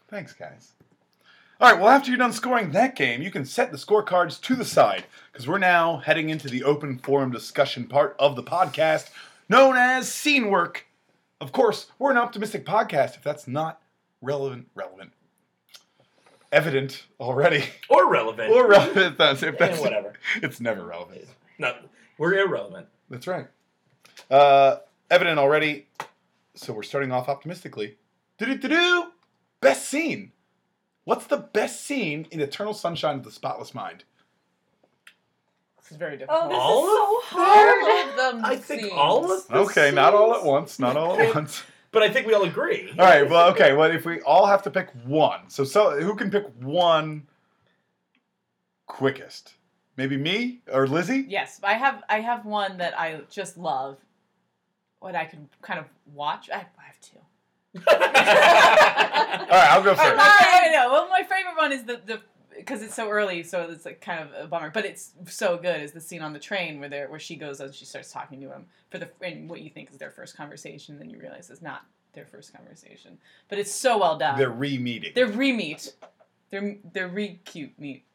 Thanks, guys. All right, well, after you're done scoring that game, you can set the scorecards to the side because we're now heading into the open forum discussion part of the podcast known as Scene Work. Of course, we're an optimistic podcast if that's not relevant, relevant, evident already,
[laughs] Or relevant.
or [laughs] relevant if that's, if
Eh,
that's
whatever.
It's never relevant.
No, we're irrelevant.
That's right. Uh, evident already. So we're starting off optimistically. Do do do do. Best scene. What's the best scene in Eternal Sunshine of the Spotless Mind?
This is very difficult.
Oh, this
All
is so hard.
All of them
I think
scenes.
all of the
Okay, not all at
scenes-
once. Not all at once.
But I think we all agree.
All right. Well, okay. Well, if we all have to pick one, so so who can pick one quickest? Maybe me or Lizzie.
Yes, I have. I have one that I just love. What I can kind of watch. I, I have two.
All right, I'll go
All right,
first.
I know. Well, my favorite one is the the because it's so early, so it's like kind of a bummer. But it's so good. Is the scene on the train where they're where she goes and she starts talking to him for the and what you think is their first conversation, then you realize it's not their first conversation. But it's so well done.
They're re-meeting.
They're re-meet. They're they're re-cute meet.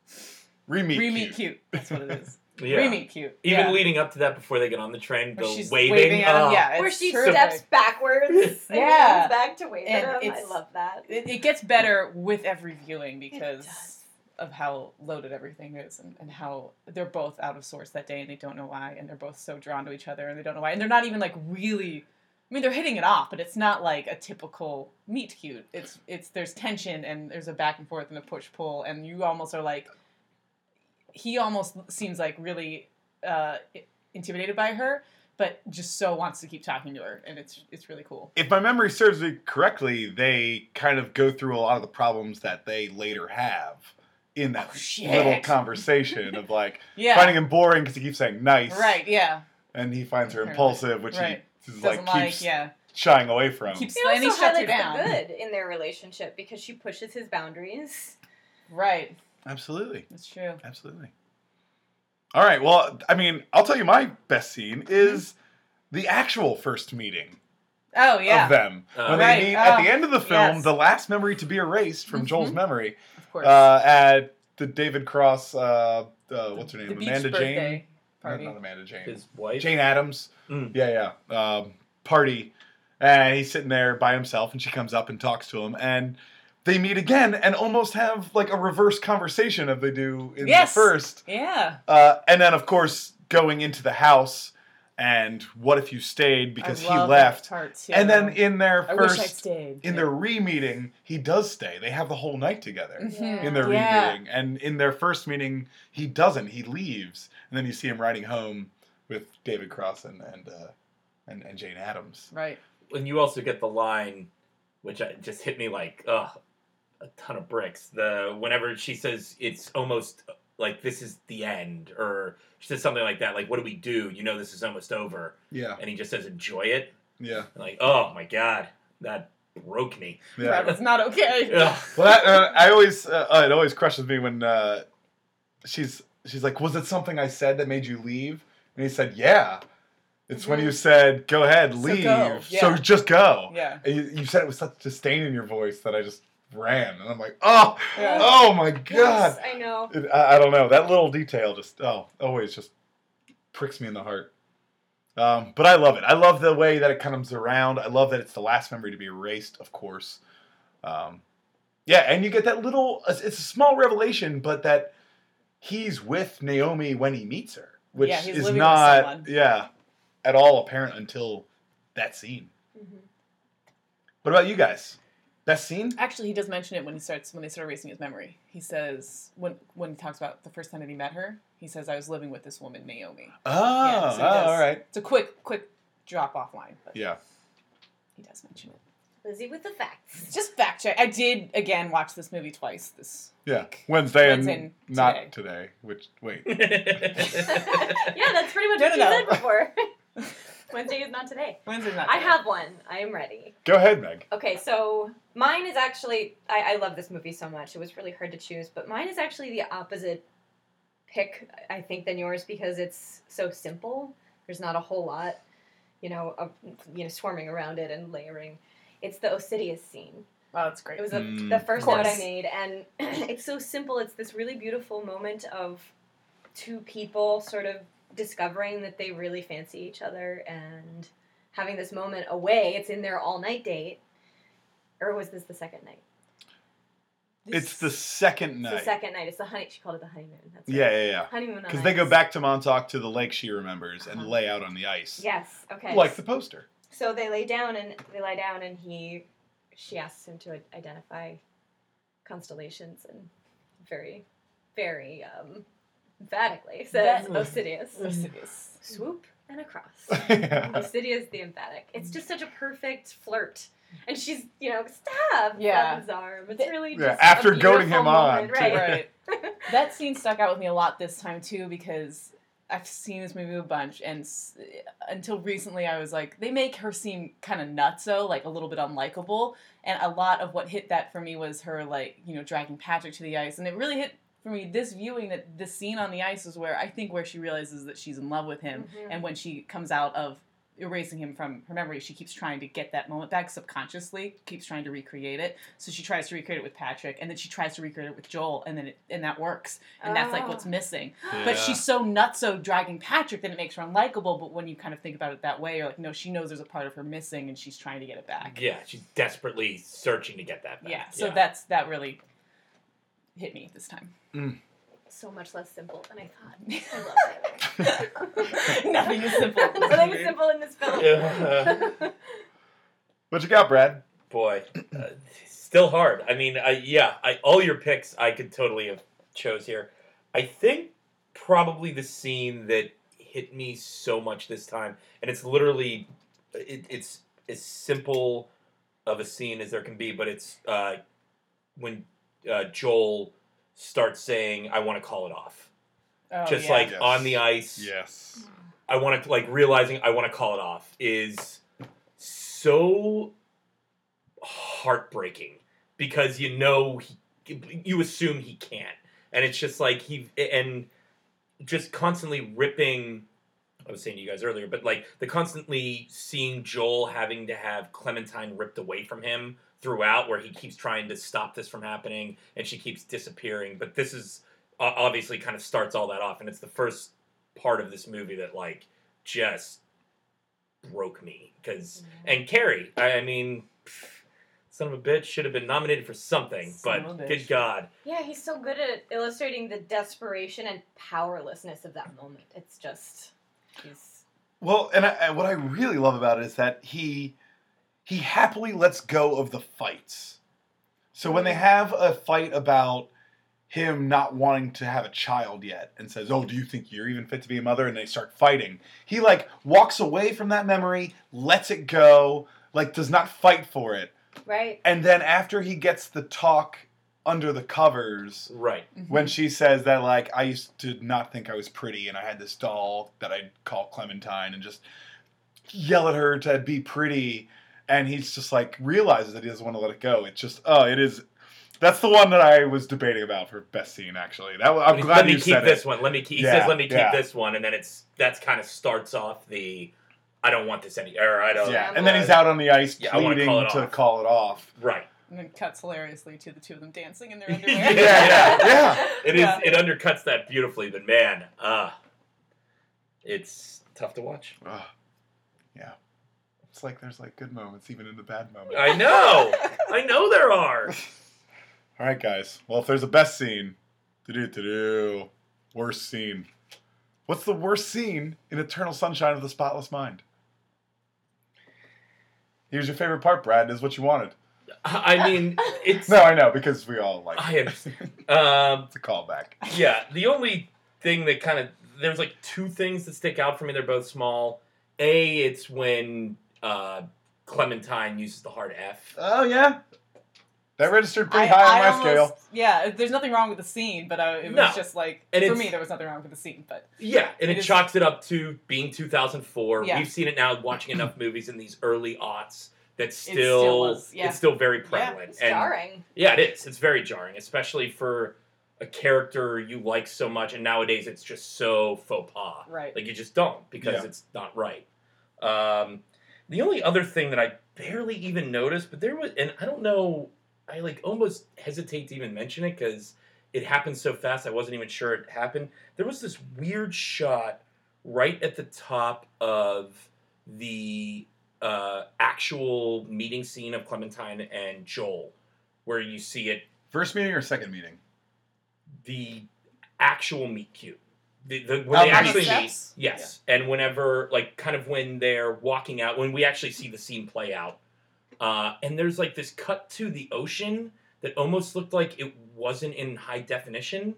re-meet.
Re-meet
cute.
cute. That's what it is.
[laughs] Yeah.
Re-meet cute.
Even
yeah.
leading up to that, before they get on the train,
Where
the
she's
waving.
at him.
Oh.
Yeah,
Where
it's
she
terrific.
steps backwards and
[laughs] Yeah.
runs back to wave
And
at him. I
it's-
love that.
It, it gets better with every viewing because
does.
of how loaded everything is and, and how they're both out of sorts that day and they don't know why and they're both so drawn to each other and they don't know why and they're not even like really I mean they're hitting it off but it's not like a typical meet cute it's it's there's tension and there's a back and forth and a push pull and you almost are like he almost seems like really uh, intimidated by her but just so wants to keep talking to her and it's it's really cool
if my memory serves me correctly, they kind of go through a lot of the problems that they later have in that
Oh, shit.
little conversation of like
[laughs] yeah
finding him boring because he keeps saying nice,
right yeah
And he finds her
Right.
impulsive, which
Right.
he is like
doesn't
keeps
like yeah
shying away from.
keeps
It
and he
also
shuts her
highlights
down.
the good in their relationship because she pushes his boundaries.
Right,
absolutely,
that's true.
absolutely. All right. Well, I mean, I'll tell you my best scene
Mm-hmm.
is the actual first meeting
Oh
of
yeah,
them
Uh,
when they
Right,
meet at
oh,
the end of the film,
yes.
the last memory to be erased from
Mhm.
Joel's memory.
of, course.
uh, at the David Cross. Uh, uh, what's her name?
the beach
Amanda Jane.
birthday
Not,
party.
not Amanda Jane.
His wife.
Jane Adams.
Mm.
Yeah, yeah. Um, party, and he's sitting there by himself, and she comes up and talks to him, and they meet again, and almost have like a reverse conversation of they do in
Yes.
the first.
Yeah,
Uh, and then, of course, going into the house, and what if you stayed because
I
he
love that
left.
part, too.
And then in their
I
first,
wish I stayed.
in their re-meeting, he does stay. They have the whole night together
Mhm.
in their
Yeah.
re-meeting. And in their first meeting, he doesn't. He leaves, and then you see him riding home with David Cross and and uh, and, and Jane Addams.
right.
And you also get the line, which I, just hit me like, ugh, a ton of bricks. The whenever she says it's almost like this is the end, or she says something like that, like what do we do? You know this is almost over,
Yeah,
and he just says enjoy it.
[laughs]
yeah,
And like, oh my god, that broke me.
yeah.
That was not
[laughs]
okay.
Ugh. [laughs]
Well, that, uh, I always uh, uh, it always crushes me when uh, she's she's like, "Was it something I said that made you leave?" And he said, "Yeah." It's when you said, "Go ahead,
Mm-hmm. So
leave." So,
go, yeah.
just go.
Yeah.
And you, you said it with such disdain in your voice that I just ran, and I'm like, oh,
Yeah.
oh my god.
Yes, I know.
It, I, I don't know. That little detail just oh always just pricks me in the heart. Um, but I love it. I love the way that it comes around. I love that it's the last memory to be erased, of course. Um, yeah, and you get that little. It's it's a small revelation, but that he's with Naomi when he meets her, which
Yeah, he's
is
living with
not
someone.
yeah at all apparent until that scene.
Mm-hmm.
What about you guys? Best scene?
Actually, he does mention it when he starts when they start erasing his memory. He says when when he talks about the first time that he met her, he says I was living with this woman Naomi.
Oh,
Yeah, so he
oh,
does.
all right.
It's a quick quick drop off line, but
Yeah.
he does mention it.
Lizzie with the
[laughs]
facts. [laughs]
Just fact check. I did again watch this movie twice. This
Yeah, Wednesday and
Wednesday and
not
today.
today. Which wait,
yeah, that's pretty much
No, no,
what you
no. [laughs]
said before. Wednesday is not today.
Wednesday's not.
I
today.
have one. I am ready.
go ahead, Meg.
Okay, so mine is actually I, I love this movie so much. It was really hard to choose, but mine is actually the opposite pick I think than yours because it's so simple. There's not a whole lot, you know, of, you know, swarming around it and layering. It's the Osidious scene.
Wow, Oh, that's great.
It was a,
Mm,
the first
of
note I
course.
made, and [clears throat] it's so simple. It's this really beautiful moment of two people sort of discovering that they really fancy each other and having this moment away. It's in their all night date. Or was this the second night?
It's the second
It's
night.
the second night. It's the honey. She called it the honeymoon. That's right.
yeah, yeah, yeah.
Honeymoon. on
Because they go
ice.
back to Montauk to the lake she remembers and
Uh-huh.
lay out on the ice,
Yes. Okay.
like the poster. [laughs]
so they lay down and they lie down and he, she asks him to i- identify constellations and very, very um, emphatically
[laughs]
says
That-
Osidius.
Osiris.
swoop and across.
yeah.
Obsidia's the emphatic. It's just such a perfect flirt. And she's, you know, stab
Yeah.
his arm. It's really
Yeah,
just a
after goading
beautiful
him on
moment,
to-
[laughs] Right.
right. that scene stuck out with me a lot this time too because I've seen this movie a bunch, and s- until recently, I was like, they make her seem kind of nutso, like a little bit unlikable. And a lot of what hit that for me was her, like, you know, dragging Patrick to the ice. And it really hit for me this viewing that the scene on the ice is where I think where she realizes that she's in love with him.
Mhm.
And when she comes out of erasing him from her memory, she keeps trying to get that moment back subconsciously, keeps trying to recreate it. So she tries to recreate it with Patrick, and then she tries to recreate it with Joel, and then it, and that works. And that's like
Ah.
what's missing. But she's so nutso dragging Patrick that it makes her unlikable. But when you kind of think about it that way, you're like, no, she knows there's a part of her missing, and she's trying to get it back.
yeah, she's desperately searching to get that back.
Yeah, So that's that really hit me this time.
So much less simple than I thought. [laughs] I
[laughs]
[laughs]
love
Nothing
[laughs]
is simple.
it. Nothing is simple in this film. [laughs]
Yeah.
What you got, Brad?
boy, uh, still hard. I mean, I, yeah, I, all your picks I could totally have chose here. I think probably the scene that hit me so much this time, and it's literally, it, it's as simple of a scene as there can be, but it's uh, when uh, Joel starts saying, "I want to call it off,"
[laughs] Oh,
just
yeah.
like
Yes.
on the ice.
Yes.
I want to like realizing I want to call it off is so heartbreaking because you know he, you assume he can't, and it's just like he and just constantly ripping. I was saying to you guys earlier, but like the constantly seeing Joel having to have Clementine ripped away from him throughout, where he keeps trying to stop this from happening, and she keeps disappearing. But this is o- obviously kind of starts all that off, and it's the first part of this movie that like just broke me because
Mm-hmm.
and Carrie, I, I mean, pff, son of a bitch should have been nominated for something,
Son of a
but
bitch.
good God,
Yeah, he's so good at illustrating the desperation and powerlessness of that moment. It's just, he's
Well, and, I, and what I really love about it is that he he happily lets go of the fights. So when they have a fight about him not wanting to have a child yet and says, "Oh, do you think you're even fit to be a mother?" and they start fighting. He like walks away from that memory, lets it go, like does not fight for it.
right.
And then after he gets the talk under the covers,
right?
Mm-hmm.
when she says that like i used to not think i was pretty and i had this doll that i'd call clementine and just yell at her to be pretty and he's just like realizes that he doesn't want to let it go it's just oh it is that's the one that i was debating about for best scene actually that wa- i'm
Let me-
glad
let me
you
keep
said
this
it
one. Let me keep. He
Yeah,
says, "Let me keep
yeah.
this one," and then it's that's kind of starts off the I don't want this any or I don't
yeah
I'm
and then
glad.
he's out on the ice
Yeah, I wanna
pleading
call it
to
off.
call it off
right.
and then cuts hilariously to the two of them dancing in
[laughs]
their
Yeah,
underwear.
yeah,
yeah.
It is.
Yeah.
It undercuts that beautifully, but man, uh, it's tough to watch.
Ugh. yeah. It's like there's like good moments even in the bad moments.
I know. I know there are.
All right, guys. Well, if there's a best scene, to do to do worst scene. What's the worst scene in Eternal Sunshine of the Spotless Mind? Here's your favorite part, Brad. Is what you wanted.
I mean, it's.
No, I know because we all like
I understand. Um,
it's a callback.
yeah, the only thing that kind of there's like two things that stick out for me. They're both small. A, it's when uh, Clementine uses the hard F.
Oh yeah, that registered pretty
I- I
high on my
almost-
scale.
Yeah, there's nothing wrong with the scene, but I, it was
No.
just like
And
for
it's-
me there was nothing wrong with the scene, but
Yeah, and
It
it,
is-
chalks it up to being 2004.
Yeah.
We've seen it now, watching enough [laughs] movies in these early aughts that still,
was, yeah.
it's still very prevalent.
It's
and-
jarring.
Yeah, it is. It's very jarring, especially for a character you like so much, and nowadays it's just so faux pas.
right.
Like you just don't because
Yeah.
it's not right. Um, the only other thing that I barely even noticed, but there was, and I don't know, I like almost hesitate to even mention it because it happened so fast. I wasn't even sure it happened. There was this weird shot right at the top of the uh, actual meeting scene of Clementine and Joel, where you see it
First meeting or second meeting?
the actual meet cute. The, the, when
Oh,
they
the
actually meet,
steps?
yes, and whenever like kind of when they're walking out, when we actually see the scene play out, uh, and there's like this cut to the ocean that almost looked like it wasn't in high definition.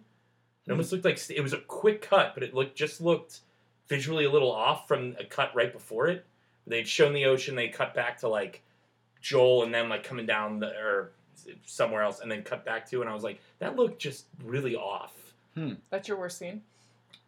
It almost looked like it was a quick cut, but it looked just looked visually a little off from a cut right before it. They'd shown the ocean, they cut back to like Joel and them like coming down the or somewhere else, and then cut back to, and I was like, that looked just really off.
That's your worst scene.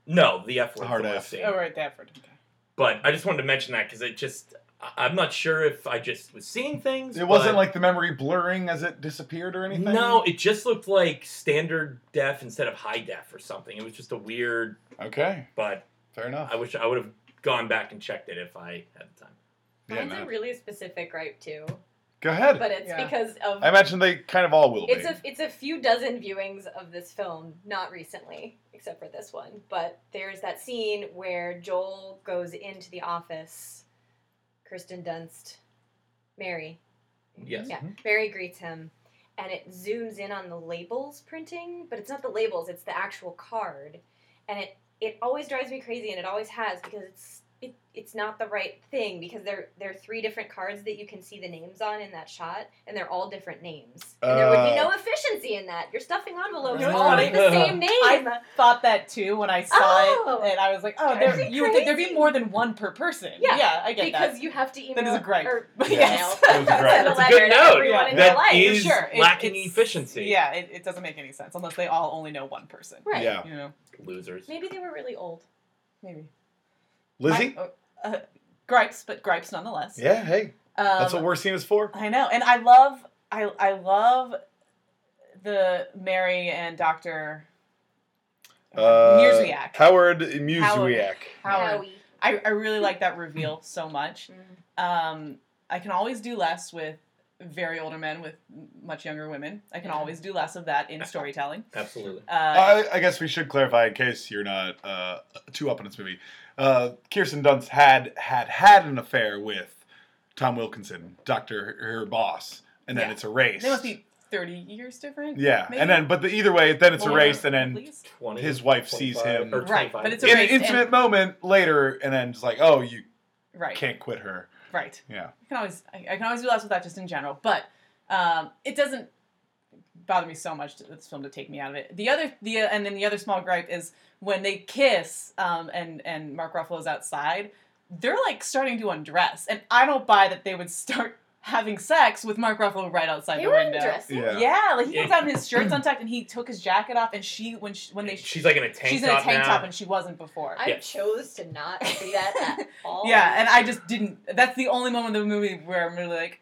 No, the F word.
hard
the
F.
worst thing.
Oh, right, Dafford. Okay.
But I just wanted to mention that because it just, I- I'm not sure if I just was seeing things.
It wasn't
but-
like the memory blurring as it disappeared or anything.
No, it just looked like standard def instead of high def or something. It was just a weird,
Okay,
but
fair enough.
I wish I would have gone back and checked it if I had the time.
yeah,
Mine's
no.
a really specific gripe too,
Go ahead.
but it's
Yeah.
because of
I imagine they kind of all will
it's
be.
a it's a few dozen viewings of this film, not recently, except for this one. But there's that scene where Joel goes into the office, Kristen Dunst, Mary,
Yes.
Mm-hmm.
yeah, Mary greets him, and it zooms in on the labels printing, but it's not the labels; it's the actual card, and it it always drives me crazy, and it always has because it's it, it's not the right thing because there there are three different cards that you can see the names on in that shot, and they're all different names, and there would be no
Uh.
Oh.
efficiency in that. You're stuffing envelopes
You know
all
what's [laughs]
with
funny?
the same name.
I thought that too when I saw
Oh!
it, and I was like, oh,
That'd
there,
be
you would think there'd be
crazy.
more than one per person.
Yeah,
I get
because
that.
you have to email
That is a gripe.
or
[laughs] Yes.
[laughs]
That is
email
a gripe.
send
That's a
letter
good
to
note.
everyone
Yeah.
in
That
your life.
is-
sure, it-
lacking
it's-
efficiency.
Yeah, it, it doesn't make any sense unless they all only know one person.
right.
Yeah.
You know,
Losers.
Maybe they were really old.
maybe.
Lizzie?
My- uh, uh, gripes, but gripes nonetheless.
yeah, hey.
Um,
That's what worst scene is for.
I know, and I love, I I love the Mary and Doctor
Uh,
Mierzwiak.
Howard Musewiak.
Howard.
Howie.
I, I really like that reveal so much.
Mm.
Um, I can always do less with very older men with much younger women. I can always do less of that in storytelling.
Absolutely.
Uh,
I, I guess we should clarify in case you're not uh, too up on this movie. Uh, Kirsten Dunst had had had an affair with Tom Wilkinson, Doctor her boss, and then
Yeah.
it's erased.
they must be thirty years different.
yeah,
maybe?
and then but the, either way, then it's
Older,
erased, and then
20,
His wife sees
25,
him.
or
Right,
25.
but it's a-
in an
Erased and-
intimate moment later, and then it's like, oh, you
Right.
can't quit her.
Right.
Yeah.
I can always I, I can always do less with that just in general, but um, it doesn't bother me so much to, this film to take me out of it. The other the uh, and then the other small gripe is when they kiss um, and and Mark Ruffalo's outside, they're like starting to undress, and I don't buy that they would start [laughs] having sex with Mark Ruffalo right outside
They
the
were
window.
undressing.
Yeah.
Yeah, like he comes out and his shirt's untucked, and he took his jacket off, and she when she, when they
she's like in a tank
she's in
top
a tank
now.
top, and she wasn't before.
I
Yeah.
chose to not see that
[laughs]
at all.
yeah, and I just didn't. That's the only moment of the movie where I'm really like,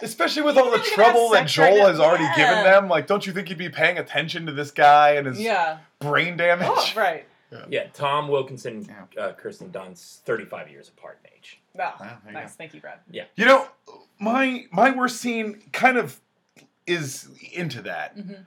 Especially with
You
all the
really gonna have
trouble that
sex right
Joel
now?
has already
Yeah.
given them, like, don't you think you'd be paying attention to this guy and his
yeah,
brain damage?
oh, [laughs] right.
Yeah, Tom Wilkinson, uh, Kirsten Dunst, 35 years apart in age.
No.
Wow, there you go.
nice. Thank you, Brad.
You know, my my worst scene kind of is into that.
Mhm.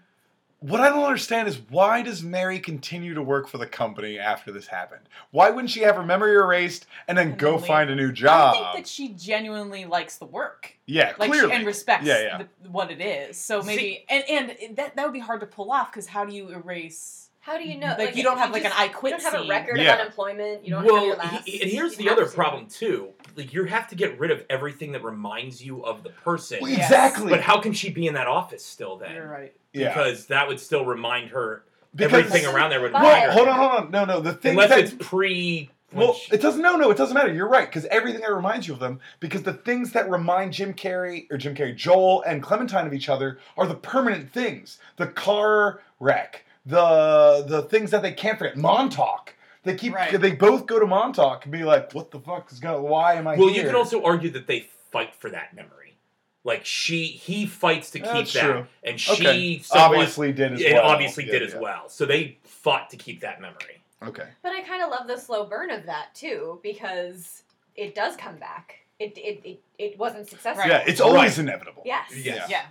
What I don't understand is why does Mary continue to work for the company after this happened? Why wouldn't she have her memory erased and then
And
go
then leave.
find a new
I
job?
think that she genuinely likes the work,
yeah,
like
clearly.
and respects
Yeah, yeah.
The, what it is. So
See-
maybe and and that that would be hard to pull off because how do you erase?
How do you know?
Like, you don't have like
just-
an I quit
You don't have
scene.
a record
Yeah.
of unemployment. You don't have your
well,
last.
he- and here's
you
the
don't have
other
to-
problem too. Like you have to get rid of everything that reminds you of the person.
Well,
Yes.
Exactly.
But how can she be in that office still then?
You're right.
yeah.
Because that would still remind her.
Because-
everything around there would
Well,
remind her.
Well, hold on, hold on. No, no. The thing
Unless
that,
it's pre. when
Well,
she-
it doesn't. No, no, it doesn't matter. You're right because everything that reminds you of them, because the things that remind Jim Carrey or Jim Carrey, Joel and Clementine of each other are the permanent things. The car wreck, the the things that they can't forget. Montauk. They keep.
Right.
They both go to Montauk and be like, "What the fuck is going? Why am I
well,
here?"
you can also argue that they fight for that memory. Like she, he fights to keep
That's
that,
true.
and she
okay.
somewhat-
obviously did as
and
well.
obviously
Yeah,
did as
yeah.
well. So they fought to keep that memory.
Okay.
But I kind of love the slow burn of that too because it does come back. It it it, it wasn't successful.
Right.
Yeah, it's always
Right.
inevitable.
Yes.
Yeah.
Yeah.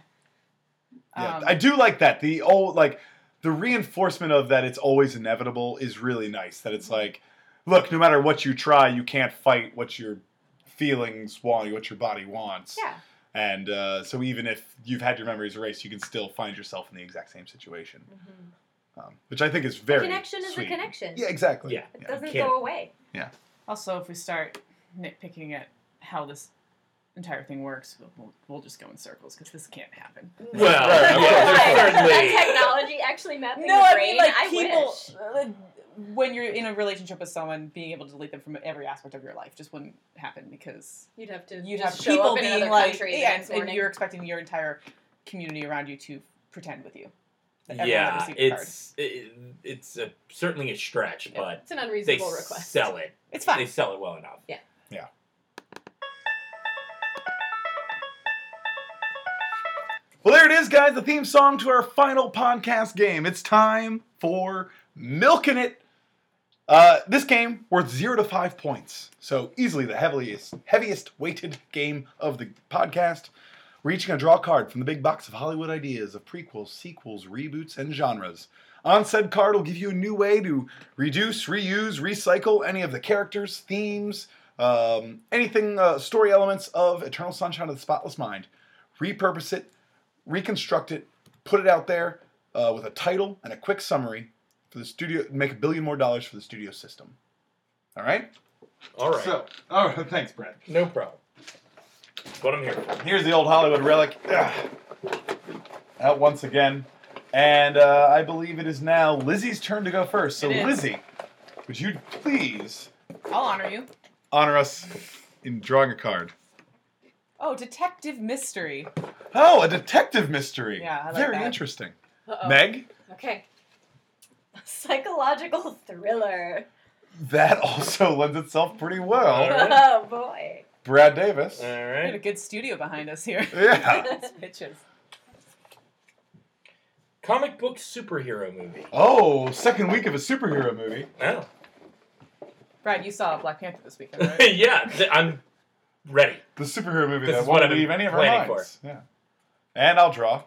Yeah,
Um,
I do like that. The old like the reinforcement of that it's always inevitable is really nice. That
Mm-hmm.
it's like, look, no matter what you try, you can't fight what your feelings want, what your body wants.
Yeah.
And uh, so even if you've had your memories erased, you can still find yourself in the exact same situation,
Mhm.
um, which I think is very
Connection is
sweet.
a connection.
Yeah, exactly.
Yeah.
It
Yeah.
doesn't
Can't-
go away.
Also, if we start nitpicking at how this entire thing works, we'll- we'll, we'll just go in circles because this can't happen.
Well,
Right,
yeah,
okay.
there's
That
[laughs] certainly.
technology actually mapping
No,
the
I
brain.
mean like people.
wish.
uh, When you're in a relationship with someone, being able to delete them from every aspect of your life just wouldn't happen because
You'd have to
you'd have
just show
people
up in
being
another
like,
country the
yeah,
next
and, and
morning.
you're expecting your entire community around you to pretend with you. That everyone that
Yeah,
received the card.
it's it, it's a, certainly a stretch, but
it's an
they
unreasonable request.
sell it.
it's
They
fine.
sell it well enough.
Well, there it is, guys. The theme song to our final podcast game. It's time for milking it. Uh, this game worth zero to five points, so easily the heaviest, heaviest weighted game of the podcast. We're each going to draw a card from the big box of Hollywood ideas of prequels, sequels, reboots, and genres. On said card will give you a new way to reduce, reuse, recycle any of the characters, themes, um, anything, uh, story elements of Eternal Sunshine of the Spotless Mind. Repurpose it, reconstruct it, put it out there uh, with a title and a quick summary for the studio, make a billion more dollars for the studio system. All right?
All right,
So, all right, thanks, Brad.
no problem. That's what I'm here for.
Here's the old Hollywood relic. Ugh. Out once again. And uh, I believe it is now Lizzie's turn to go first. So,
It is.
Lizzie, would you please
I'll honor you.
honor us in drawing a card?
Oh, detective mystery.
Oh, a detective mystery.
Yeah, I like
Very
that. Oh.
interesting.
Uh-oh.
Meg,
Okay. [laughs] Psychological thriller.
that [laughs] also lends itself pretty well.
[laughs]
All right.
Oh boy.
Brad Davis.
All
We had a
right,
good studio behind us here.
Yeah.
[laughs] It's bitches.
comic book superhero movie.
[laughs] Oh, second week of a superhero movie.
Oh, [laughs]
Brad, you saw Black Panther this weekend, right?
yeah, th- I'm ready.
The superhero movie
This
that
is what
won't
I've been
leave any of our
planning
minds. Yeah. And I'll draw.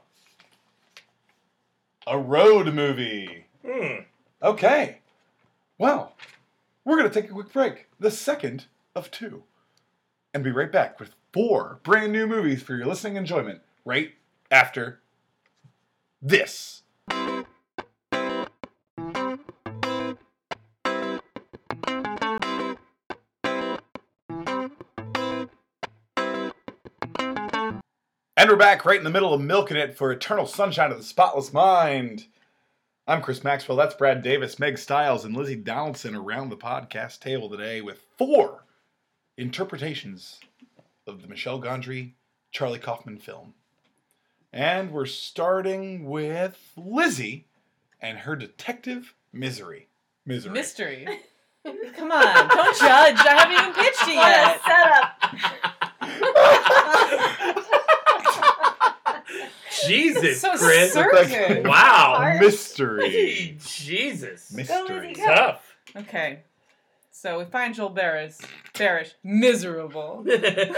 A road movie.
Hmm.
Okay. Well, we're going to take a quick break. The second of two. And be right back with four brand new movies for your listening enjoyment right after this. And we're back right in the middle of milking it for Eternal Sunshine of the Spotless Mind. I'm Chris Maxwell. That's Brad Davis, Meg Stiles, and Lizzie Donaldson around the podcast table today with four interpretations of the Michelle Gondry Charlie Kaufman film. And we're starting with Lizzie and her detective misery. Misery.
Mystery. Come on, don't judge. I haven't even pitched it
What a
yet.
setup.
Jesus,
So
Chris.
certain.
Wow.
Hard.
Mystery.
Jesus.
Go,
[laughs]
Lizzie,
Mystery.
go.
Tough. [laughs]
Okay. So we find Joel Barish, Barish miserable. He's like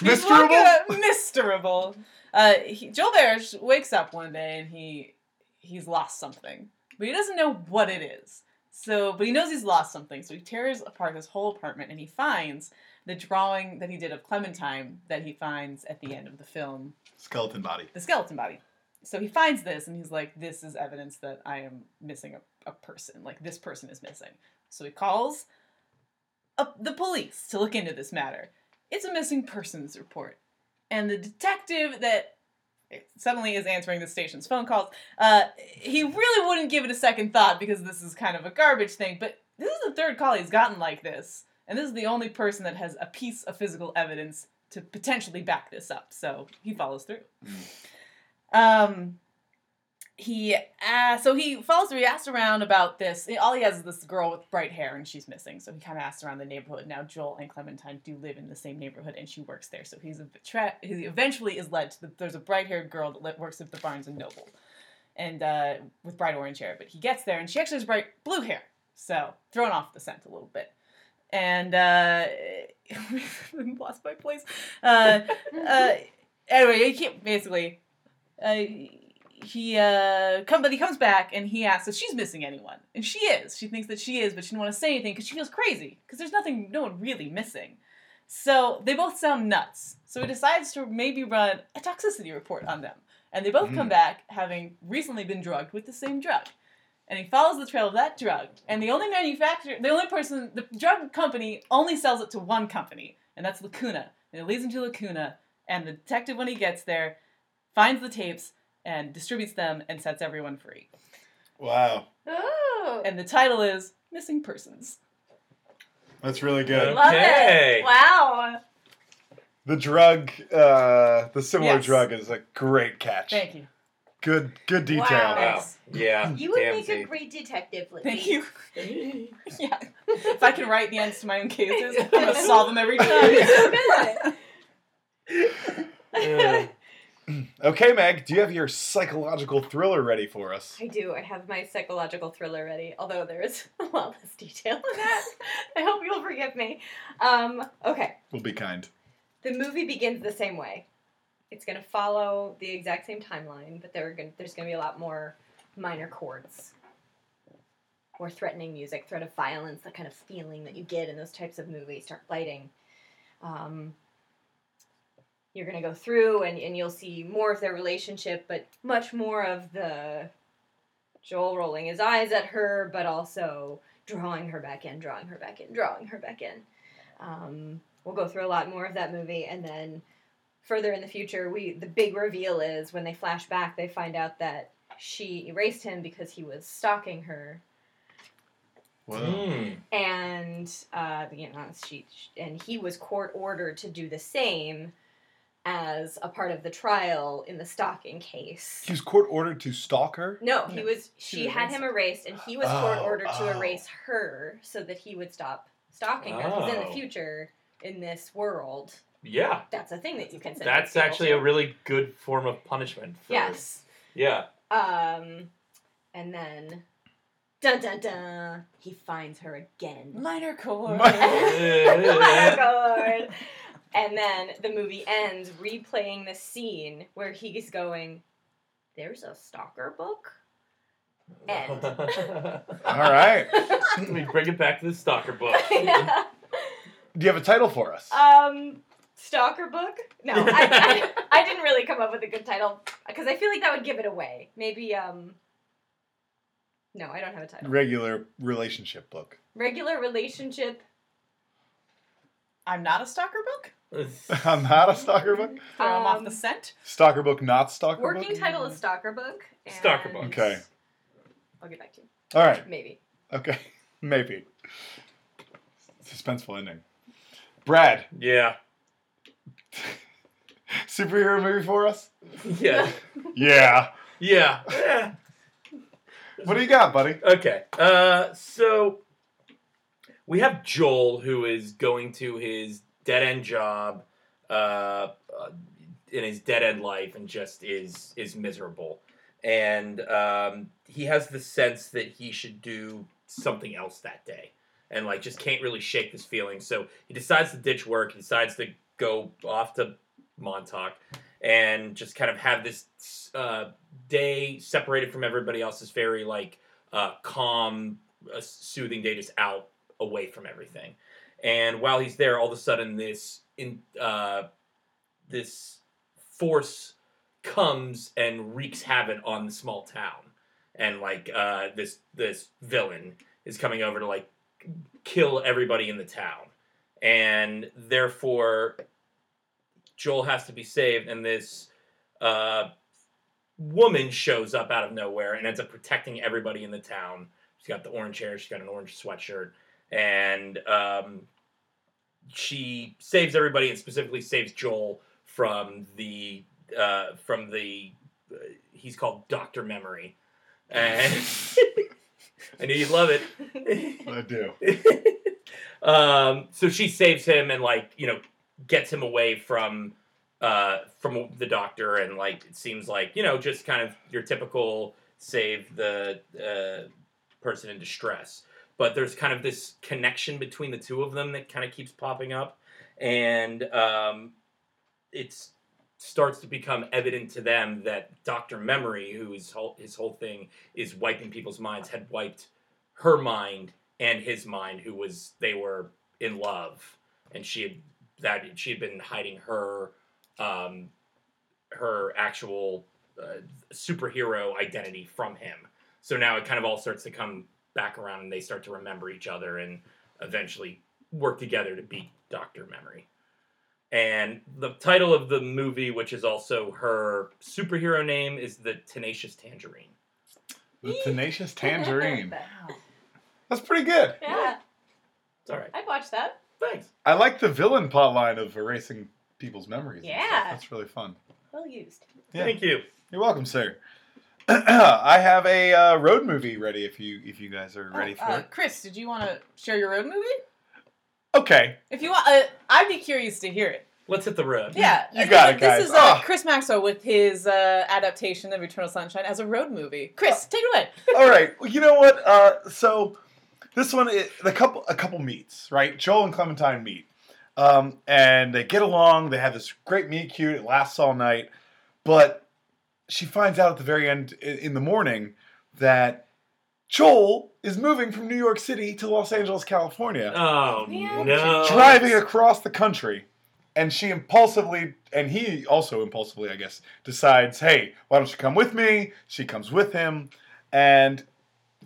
Miserable?
a miserable Uh, he, Joel Barish wakes up one day and he he's lost something, but he doesn't know what it is. So, but he knows he's lost something. So he tears apart this whole apartment and he finds the drawing that he did of Clementine that he finds at the end of the film,
Skeleton body.
the skeleton body. So he finds this and he's like, "This is evidence that I am missing a, a person. Like this person is missing." So he calls up the police to look into this matter. It's a missing persons report, and the detective that suddenly is answering the station's phone calls. Uh, he really wouldn't give it a second thought because this is kind of a garbage thing. But this is the third call he's gotten like this, and this is the only person that has a piece of physical evidence to potentially back this up. So he follows through. Um, he uh, so he follows through. He asks around about this. All he has is this girl with bright hair, and she's missing. So he kind of asks around the neighborhood. Now Joel and Clementine do live in the same neighborhood, and she works there. So he's a tra- he eventually is led to the, there's a bright haired girl that li- works at the Barnes and Noble, and uh, with bright orange hair. But he gets there, and she actually has bright blue hair. So thrown off the scent a little bit, and uh, [laughs] I'm lost my place. Uh, uh, anyway, he can't, basically uh, he uh come but he comes back and he asks if she's missing anyone and she is she thinks that she is but she didn't want to say anything because she feels crazy because there's nothing no one really missing so they both sound nuts so he decides to maybe run a toxicity report on them and they both come back having recently been drugged with the same drug and he follows the trail of that drug and the only manufacturer the only person the drug company only sells it to one company and that's lacuna and it leads him to lacuna and the detective when he gets there finds the tapes and distributes them and sets everyone free.
Wow.
Ooh.
And the title is Missing Persons.
That's really
good.
Love
Okay.
it. Wow.
The drug, uh, the similar
Yes.
drug is a great catch.
Thank you.
Good, good detail.
Wow.
Wow. Yeah.
You would
damn,
make a
Zeke.
great detective, Lizzie.
Thank
[laughs]
you.
[laughs]
yeah. If I can write the ends to my own cases, I'm [laughs] gonna solve them every time.
Yeah.
Okay, Meg, do you have your psychological thriller ready for us?
I do. I have my psychological thriller ready, although there is [laughs] a lot less detail in that. I hope you'll forgive me. Um, okay.
We'll be kind.
The movie begins the same way. It's going to follow the exact same timeline, but there are gonna, there's going to be a lot more minor chords. More threatening music, threat of violence, that kind of feeling that you get in those types of movies, dark lighting. Um, you're going to go through and, and you'll see more of their relationship, but much more of the Joel rolling his eyes at her, but also drawing her back in, drawing her back in, drawing her back in. Um, we'll go through a lot more of that movie, and then further in the future, we the big reveal is when they flash back, they find out that she erased him because he was stalking her,
Mm.
and uh, you know she, she and he was court ordered to do the same as a part of the trial in the stalking case.
He was court ordered to stalk her.
No, he
No,
was.
she
She had
erased.
him erased, and he was court
Oh,
ordered
oh.
to erase her so that he would stop stalking her. Because in the
Oh.
future, in this world,
Yeah.
that's a thing that you can. send
That's
people
actually a
for.
really good form of punishment. For,
yes.
Yeah.
Um, and then, dun dun dun, he finds
[laughs]
her again.
[laughs] Minor chord.
My-
Oh, God. And then the movie ends replaying the scene where he's going, "There's a stalker book."
[laughs]
End.
All right.
Let me bring it back to the stalker book.
Yeah.
Do you have a title for us?
[laughs] Um, stalker book? No, I,
[laughs]
I, I didn't really come up with a good title because I feel like that would give it away. Maybe um. No, I don't have a title.
Regular relationship book. [laughs]
Regular relationship.
I'm not a stalker book.
I'm not a stalker book.
Throw him off
Um,
the scent.
Stalker book, not stalker
Working
book.
title is stalker book. and-
Stalker book.
Okay.
I'll get back to you.
All right.
Maybe. [laughs]
Okay. [laughs] Maybe. Suspenseful ending. Brad,
yeah.
superhero movie for us?
Yeah.
Yeah.
Yeah. Yeah.
What do you got, buddy?
Okay. Uh, so we have Joel who is going to his dead end job uh, uh, in his dead end life and just is is miserable. And um, he has the sense that he should do something else that day, and like just can't really shake this feeling. So he decides to ditch work. He decides to go off to Montauk, and just kind of have this uh, day separated from everybody else's very like uh, calm, uh, soothing day, just out away from everything. And while he's there, all of a sudden this in uh, this force comes and wreaks havoc on the small town, and like uh, this this villain is coming over to like kill everybody in the town, and therefore Joel has to be saved, and this uh, woman shows up out of nowhere and ends up protecting everybody in the town. She's got the orange hair, she's got an orange sweatshirt, and um, she saves everybody, and specifically saves Joel from the uh, from the uh, he's called Doctor Memory, and [laughs] I knew you'd love it.
I do.
um, so she saves him and like you know gets him away from uh, from the doctor and like it seems like you know just kind of your typical save the uh, person in distress but there's kind of this connection between the two of them that kind of keeps popping up and um, it starts to become evident to them that dr memory who is whole, his whole thing is wiping people's minds had wiped her mind and his mind who was they were in love and she had that she had been hiding her um, her actual uh, superhero identity from him. So now it kind of all starts to come back around, and they start to remember each other, and eventually work together to beat Doctor Memory. And the title of the movie, which is also her superhero name, is the Tenacious Tangerine.
The tenacious tangerine.
Wow.
That's pretty good.
yeah,
It's all right.
I'd watch that.
Thanks.
I like the villain plot line of erasing people's memories. and stuff.
Yeah.
That's really fun.
Well used.
Yeah.
Thank you.
You're welcome, sir. [clears throat] I have a uh, road movie ready if you if you guys are ready for
uh,
it.
Chris, did you want to share your road movie?
Okay.
If you want, uh, I'd be curious to hear it.
Let's hit the road.
Yeah,
you got it,
This
guys.
is uh,
Ah.
Chris Maxwell with his uh, adaptation of Eternal Sunshine as a road movie. Chris, take it away.
All right. Well, you know what? Uh, so this one, i the couple, a couple meets, right? Joel and Clementine meet, um, and they get along. They have this great meet cute. It lasts all night, but she finds out at the very end i- in the morning that Joel is moving from New York City to Los Angeles, California,
Oh
Yeah.
no.
driving across the country. And she impulsively, and he also impulsively, I guess, decides, hey, why don't you come with me? She comes with him. And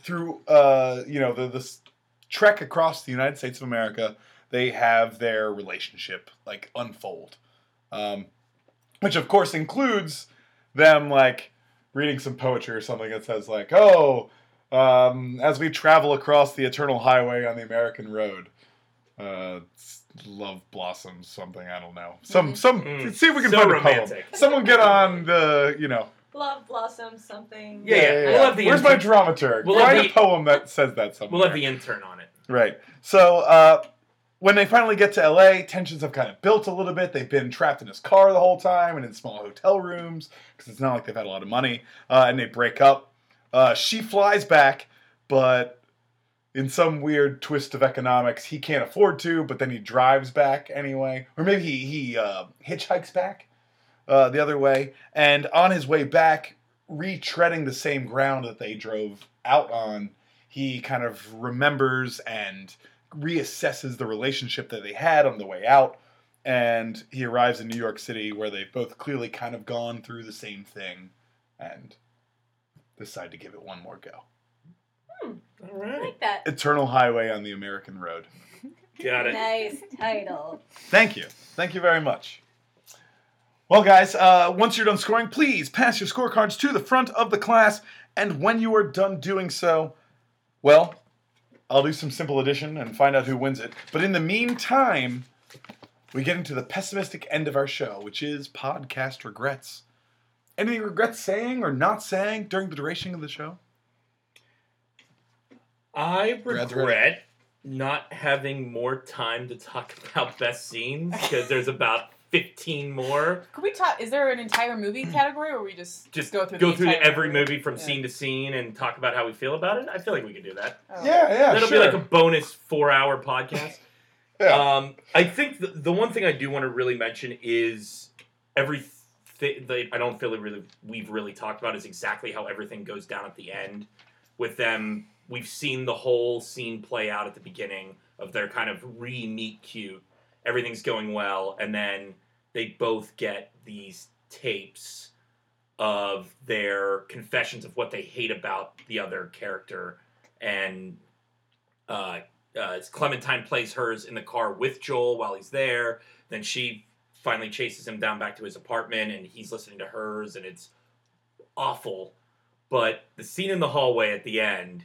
through, uh, you know, the, this trek across the United States of America, they have their relationship, like, unfold. Um, which, of course, includes them, like, reading some poetry or something that says, like, oh, um, as we travel across the eternal highway on the American road. Uh, s- love blossoms, something I don't know. Some, some.
Mm.
See if we can
So
find a poem.
romantic.
Someone get on the, you know.
Love blossom something.
Yeah, yeah. We'll have the
Where's
intro-
my dramaturg?
we'll have
Write
the-
a poem that says that somewhere.
We'll have the intern on it.
Right. So uh, when they finally get to LA, tensions have kind of built a little bit. They've been trapped in his car the whole time and in small hotel rooms because it's not like they've had a lot of money. Uh, and they break up. Uh, she flies back, but in some weird twist of economics, he can't afford to. But then he drives back anyway, or maybe he he uh, hitchhikes back uh, the other way. And on his way back, retreading the same ground that they drove out on, he kind of remembers and reassesses the relationship that they had on the way out and he arrives in new york city where they've both clearly kind of gone through the same thing and decide to give it one more go
All
I
right.
like that.
eternal highway on the american road
Got it.
Nice title.
Thank you. Thank you very much. Well, guys, uh, once you're done scoring, please pass your scorecards to the front of the class. And when you are done doing so, well, I'll do some simple addition and find out who wins it. But in the meantime, we get into the pessimistic end of our show, which is podcast regrets. Any regrets saying or not saying during the duration of the show?
I
Brad's
regret not having more time to talk [laughs] about best scenes because there's about 15 more.
Could we talk? Is there an entire movie category, or we just
Just
go through
go
the
through
entire
every movie from
Yeah.
scene to scene and talk about how we feel about it. I feel like we could do that.
Oh.
yeah,
That'll be like a bonus four hour podcast.
[laughs] Yeah.
Um, I think the, the one thing I do want to really mention is every thi- they, I don't feel it really we've really talked about is exactly how everything goes down at the end. With them, we've seen the whole scene play out at the beginning of their kind of re meet cute. Everything's going well, and then they both get these tapes of their confessions of what they hate about the other character, and uh, uh, Clementine plays hers in the car with Joel while he's there. Then she finally chases him down back to his apartment, and he's listening to hers, and it's awful. But the scene in the hallway at the end,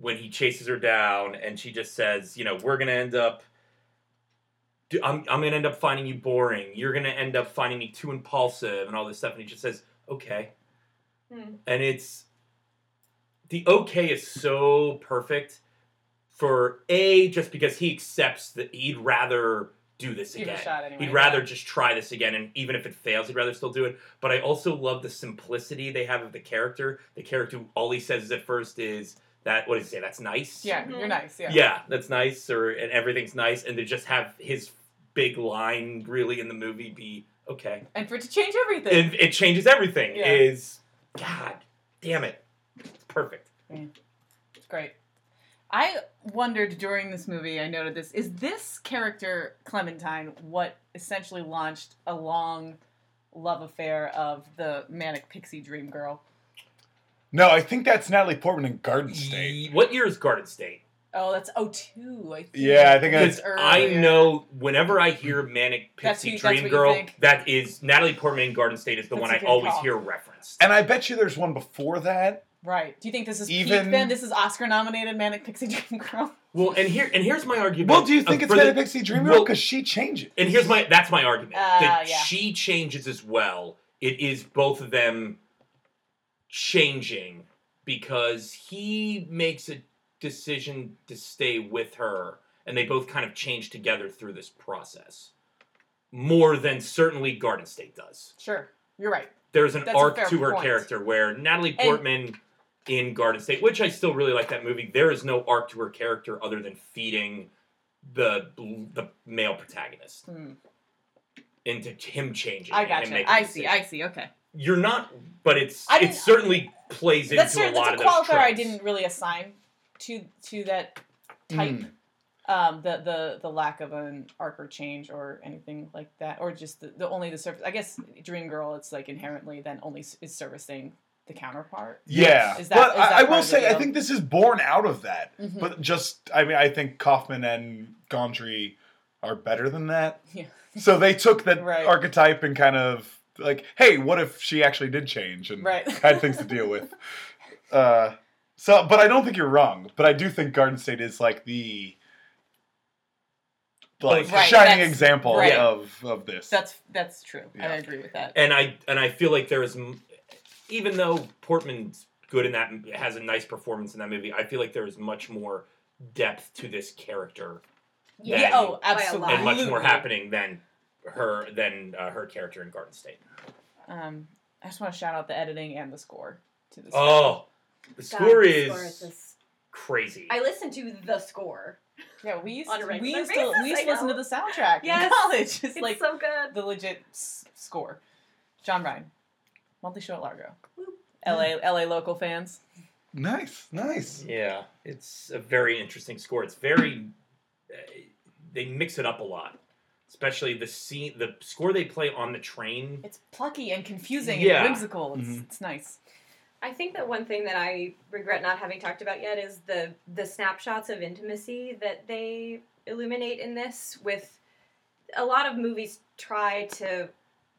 when he chases her down, and she just says, "You know, we're gonna end up." do- I'm, I'm gonna end up finding you boring. You're gonna end up finding me too impulsive and all this stuff. And he just says, "Okay,"
Hmm.
and it's the okay is so perfect for a just because he accepts that he'd rather do this
Give it
again.
a shot anyway.
He'd rather just try this again, and even if it fails, he'd rather still do it. But I also love the simplicity they have of the character. The character, all he says at first is that, what does he say? That's nice.
Yeah, you're nice. Yeah.
Yeah. that's nice, or and everything's nice, and to just have his big line really in the movie be
[laughs]
okay.
And for it to change everything.
It, it changes everything.
Yeah.
Is God damn it, it's perfect.
Great. I wondered during this movie, I noted this, is this character, Clementine, what essentially launched a long love affair of the manic pixie dream girl?
No, I think that's Natalie Portman in Garden State.
Ye- What year is Garden State?
Oh, that's oh two, I think.
Yeah, I think that's-
Because
It's
I
earlier.
know whenever I hear Manic
That's
Pixie
who- that's what
Dream
you
Girl,
think.
that is Natalie Portman in Garden State is the
That's
one
a
I
good
always
call.
hear referenced.
And I bet you there's one before that.
Right. Do you think this is
Even-
peak then? This is Oscar nominated manic pixie [laughs] dream girl?
Well, and here and here's my argument.
Well, do you
uh,
think it's
for the-
Manic Pixie Dream Girl?
well-
Because she changes.
And here's my that's my argument.
Ah,
that
yeah.
she changes as well. It is both of them changing because he makes a decision to stay with her and they both kind of change together through this process. More than certainly Garden State does.
Sure. You're right.
There's an
That's a
arc
fair
to her
point.
character where Natalie Portman in Garden State, which I still really like that movie, there is no arc to her character other than feeding the the male protagonist
Hmm.
into him changing.
I
and him
gotcha.
making
I
a
see.
decision.
I see. Okay.
You're not, but it's
I
it
didn't-
certainly plays
That's,
into
sure,
a lot
that's a
of those
qualifier I
tropes.
didn't really assign to to that type.
Hmm.
um, the the the lack of an arc or change or anything like that, or just the, the only the surface. I guess Dream Girl, it's like inherently then only s- is servicing the counterpart.
Yeah,
Is that-
but
is
I-
that
I,
part
will
of the
say I
deal?
think this is born out of that.
Mhm.
But just I mean I think Kaufman and Gondry are better than that.
Yeah.
So they took that
Right.
archetype and kind of like, hey, what if she actually did change and
Right.
[laughs] had things to deal with? Uh, so, but I don't think you're wrong. But I do think Garden State is like the like
Right,
shining
that's-
example
right.
of of this.
That's that's true. I
Yeah.
agree with that.
and I and I feel like there is, m- even though Portman's good in that, has a nice performance in that movie. I feel like there is much more depth to this character
Yeah.
Yeah.
Yeah.
Oh,
By a
absolutely.
lot.
and much more happening than her than uh, her character in Garden State.
Um, I just want to shout out the editing and the score to this.
Oh, the
God,
score
the
is
just-
crazy.
I listened to the score.
yeah, we used
on a
to, we
regular
used to
basis,
we used
I
to listen to the
know.
soundtrack in
Yes.
college. It's
It's
like
so good.
the legit s- score. John Ryan, monthly show at Largo. LA LA local fans.
nice, nice.
Yeah, it's a very interesting score. It's very uh, they mix it up a lot, especially the scene, the score they play on the train.
It's plucky and confusing
Yeah.
and whimsical. It's,
Mhm.
it's nice.
I think that one thing that I regret not having talked about yet is the the snapshots of intimacy that they illuminate in this with a lot of movies try to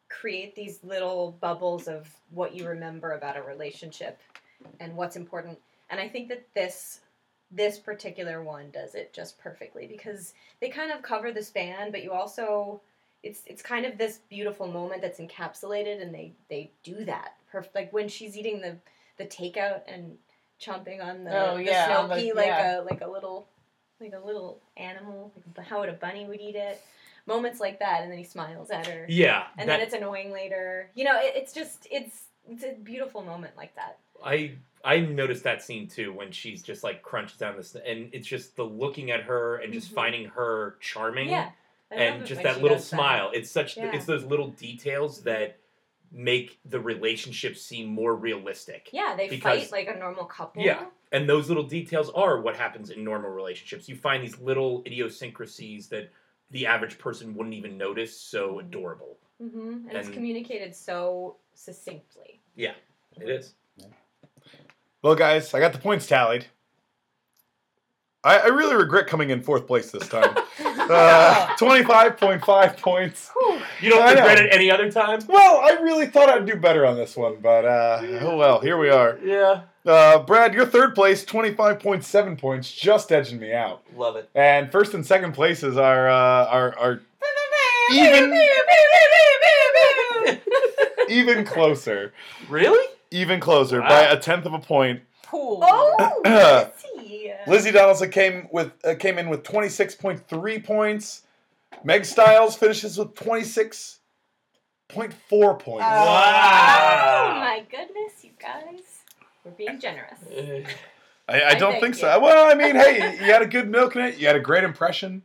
create these little bubbles of what you remember about a relationship and what's important. And I think that this this particular one does it just perfectly because they kind of cover the span, but you also it's it's kind of this beautiful moment that's encapsulated and they they do that perfect like when she's eating the the takeout and chomping on the,
Oh, yeah,
the
on the-
snow pea like
yeah.
a like a little like a little animal like how would a bunny would eat it moments like that and then he smiles at her
Yeah,
and
that-
then it's annoying later you know it, it's just it's it's a beautiful moment like that
I I noticed that scene too when she's just like crunched down this, and it's just the looking at her and just
Mhm.
finding her charming.
yeah I love
and
it
just
when
that
she
little
does
smile. It's such
Yeah.
it's those little details that make the relationship seem more realistic.
Yeah, they
Because-
fight like a normal couple.
Yeah. And those little details are what happens in normal relationships. You find these little idiosyncrasies that the average person wouldn't even notice, so adorable.
hmm and it's
And-
communicated so succinctly.
It is.
Well, guys, I got the points tallied. I, I really regret coming in fourth place this time. uh, 25.5 points.
You don't
I know.
regret it any other time?
Well, I really thought I'd do better on this one, but uh, oh well, here we are.
Yeah.
Uh, Brad, you're third place, 25.7 points, just edging me out.
Love it.
And first and second places are uh, are, are even even closer,
Really?
even closer by a tenth of a point. [clears throat]
Cool.
Oh, I see.
Lizzie Donaldson came with uh, came in with 26.3 points. Meg Styles finishes with 26.4 points.
Oh,
Uh,
Oh
Wow.
my goodness, you guys. We're being generous.
I, I don't
I
think,
think
so.
you-
Well, I mean, hey, you had a good milk in it. You had a great impression.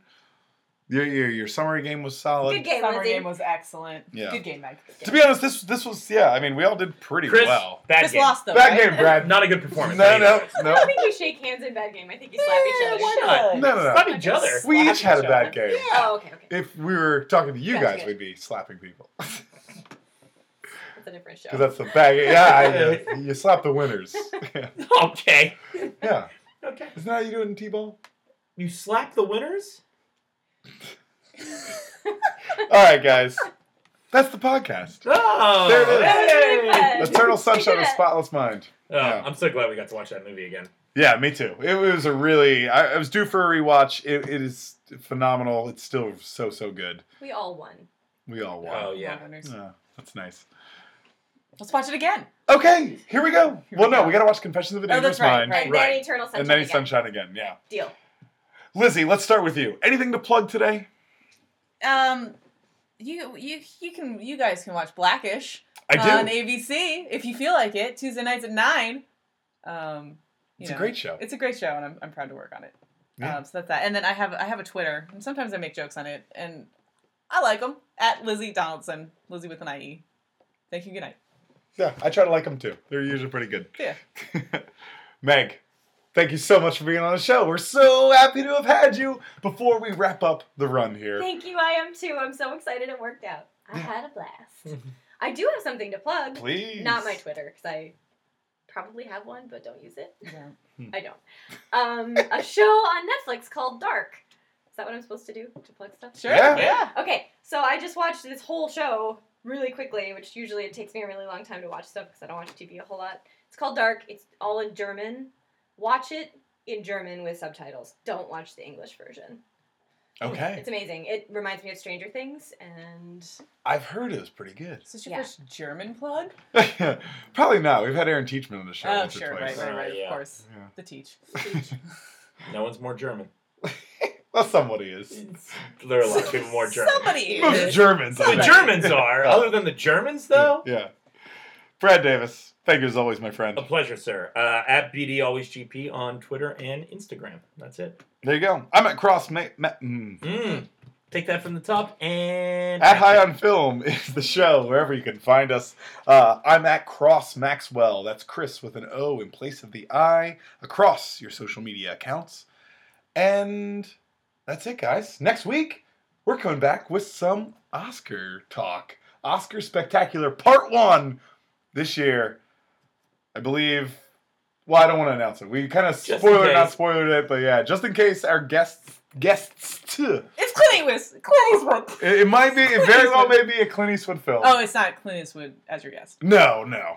Your your, your summary game was solid.
Good game,
Summer
Lizzie.
game was excellent.
Yeah.
Good game, Mike.
To be honest, this this was yeah. I mean, we all did pretty
Chris,
well.
bad
Just
game.
lost though.
Bad
right?
game, Brad.
Not a good
No,
performance.
no,
I
no,
don't think you shake hands in bad game. I think you slap each
Yeah,
other.
why
Shut
not?
up.
no, no,
Not
no.
each other.
We each had
Slap
a
each
bad
other.
game.
Oh, okay, okay.
If we were talking to you
Gotcha,
guys,
gotcha.
we'd be slapping people [laughs]
That's a different show.
because that's the bad. Yeah, I, you slap the winners. [laughs] yeah.
[laughs] Okay.
yeah,
Okay.
isn't that how you do it in t-ball?
You slap the winners?
All right,
[laughs]
guys, that's the podcast.
Oh.
There it is.
That was really
hey.
fun.
[laughs]
Eternal Sunshine
did
of the
it.
Spotless Mind.
Oh,
Yeah.
I'm so glad we got to watch that movie again.
Yeah, me too. It was a really. I, I was due for a rewatch. It, it is phenomenal. It's still so so good.
We all won.
We all won.
Oh yeah.
Yeah, that's nice.
Let's watch it again.
Okay, here we go.
Here
well,
we
no,
go.
we gotta watch Confessions of a
Oh,
Dangerous
that's right,
Mind,
And
Right.
then Eternal Sunshine.
and then
again.
Sunshine again. Yeah,
Deal.
Lizzie, let's start with you. Anything to plug today?
Um, you you you can you guys can watch Blackish
I
on
do.
ABC if you feel like it. Tuesday nights at nine. Um, you
It's a
know,
great show.
It's a great show, and I'm, I'm proud to work on it.
Yeah.
Um, so that's that. And then I have I have a Twitter, and sometimes I make jokes on it, and I like them at Lizzie Donaldson, Lizzie with an I E. Thank you. Good night.
Yeah, I try to like them too. They're usually pretty good.
Yeah.
[laughs] Meg, thank you so much for being on the show. We're so happy to have had you. Before we wrap up the run here,
Thank you. I am too. I'm so excited it worked out. I had a
[laughs]
blast. I do have something to plug.
please.
Not my Twitter, because I probably have one, but don't use it. [laughs]
Yeah.
Hmm.
I don't. Um, a show on Netflix called Dark. Is that what I'm supposed to do to plug stuff?
Sure.
Yeah.
yeah.
Okay, so I just watched this whole show really quickly, which usually it takes me a really long time to watch stuff because I don't watch TV a whole lot. It's called Dark. It's all in German. Watch it in German with subtitles. Don't watch the English version.
Okay,
[laughs] It's amazing. It reminds me of Stranger Things, and
I've heard it was pretty good. [laughs]
Is this your
Yeah.
first German plug?
Probably not. We've had Aaron Teachman on the show.
Oh,
once or
sure, right,
twice.
right, right.
Alright, yeah.
Of course,
Yeah. [laughs]
the teach.
No one's more German.
Well, somebody is.
There are a lot of people more German.
Somebody.
Most Germans. I
The
think. [laughs]
Germans are. Other than the Germans, though.
Yeah. Brad Davis, thank you as always, my friend.
A pleasure, sir. Uh, at BD Always GP on Twitter and Instagram. That's it.
There you go. I'm at Cross Ma- Ma- mm.
Mm. Take that from the top and
at High on Film [laughs] is the show wherever you can find us. Uh, I'm at Cross Maxwell. That's Chris with an O in place of the I across your social media accounts. And that's it, guys. Next week we're coming back with some Oscar talk. Oscar Spectacular Part One this year. I believe. Well, I don't want to announce it. We kind of
in
spoiled, not
case.
spoiled it, but yeah, just in case our guests guests. too.
It's Clint Eastwood. Clint Eastwood.
It, it might be. It very well may be a Clint Eastwood film.
Oh, it's not Clint Eastwood as your guest.
no, no.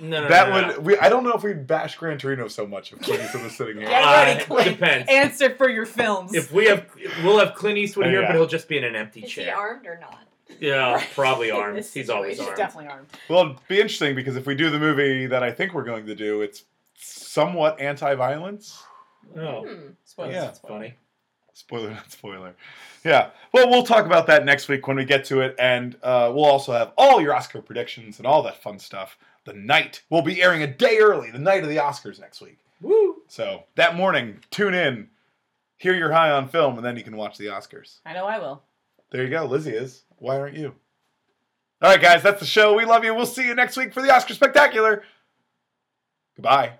No, no,
That
no, no, no.
would. We. I don't know if we'd bash Gran Torino so much if Clint Eastwood was sitting here.
Get
Uh,
ready,
it
Clint.
depends.
Answer for your films.
If we have, we'll have Clint Eastwood here,
Uh, Yeah.
but he'll just be in an empty
is he
chair.
armed or not?
Yeah, probably
[laughs] In
armed.
this
He's always
situation.
He's
armed.
definitely armed.
Well, it'd be interesting because if we do the movie that I think we're going to do, it's somewhat anti-violence.
Oh,
Hmm.
Spoilers.
Yeah.
Spoilers.
funny.
Spoiler, [laughs] not spoiler. Yeah. Well, we'll talk about that next week when we get to it, and uh, we'll also have all your Oscar predictions and all that fun stuff. The night we'll be airing a day early, the night of the Oscars next week.
Woo!
So that morning, tune in, hear your high on film, and then you can watch the Oscars.
I know I will.
There you go. Lizzie is. Why aren't you? All right, guys, that's the show. We love you. We'll see you next week for the Oscar Spectacular. Goodbye.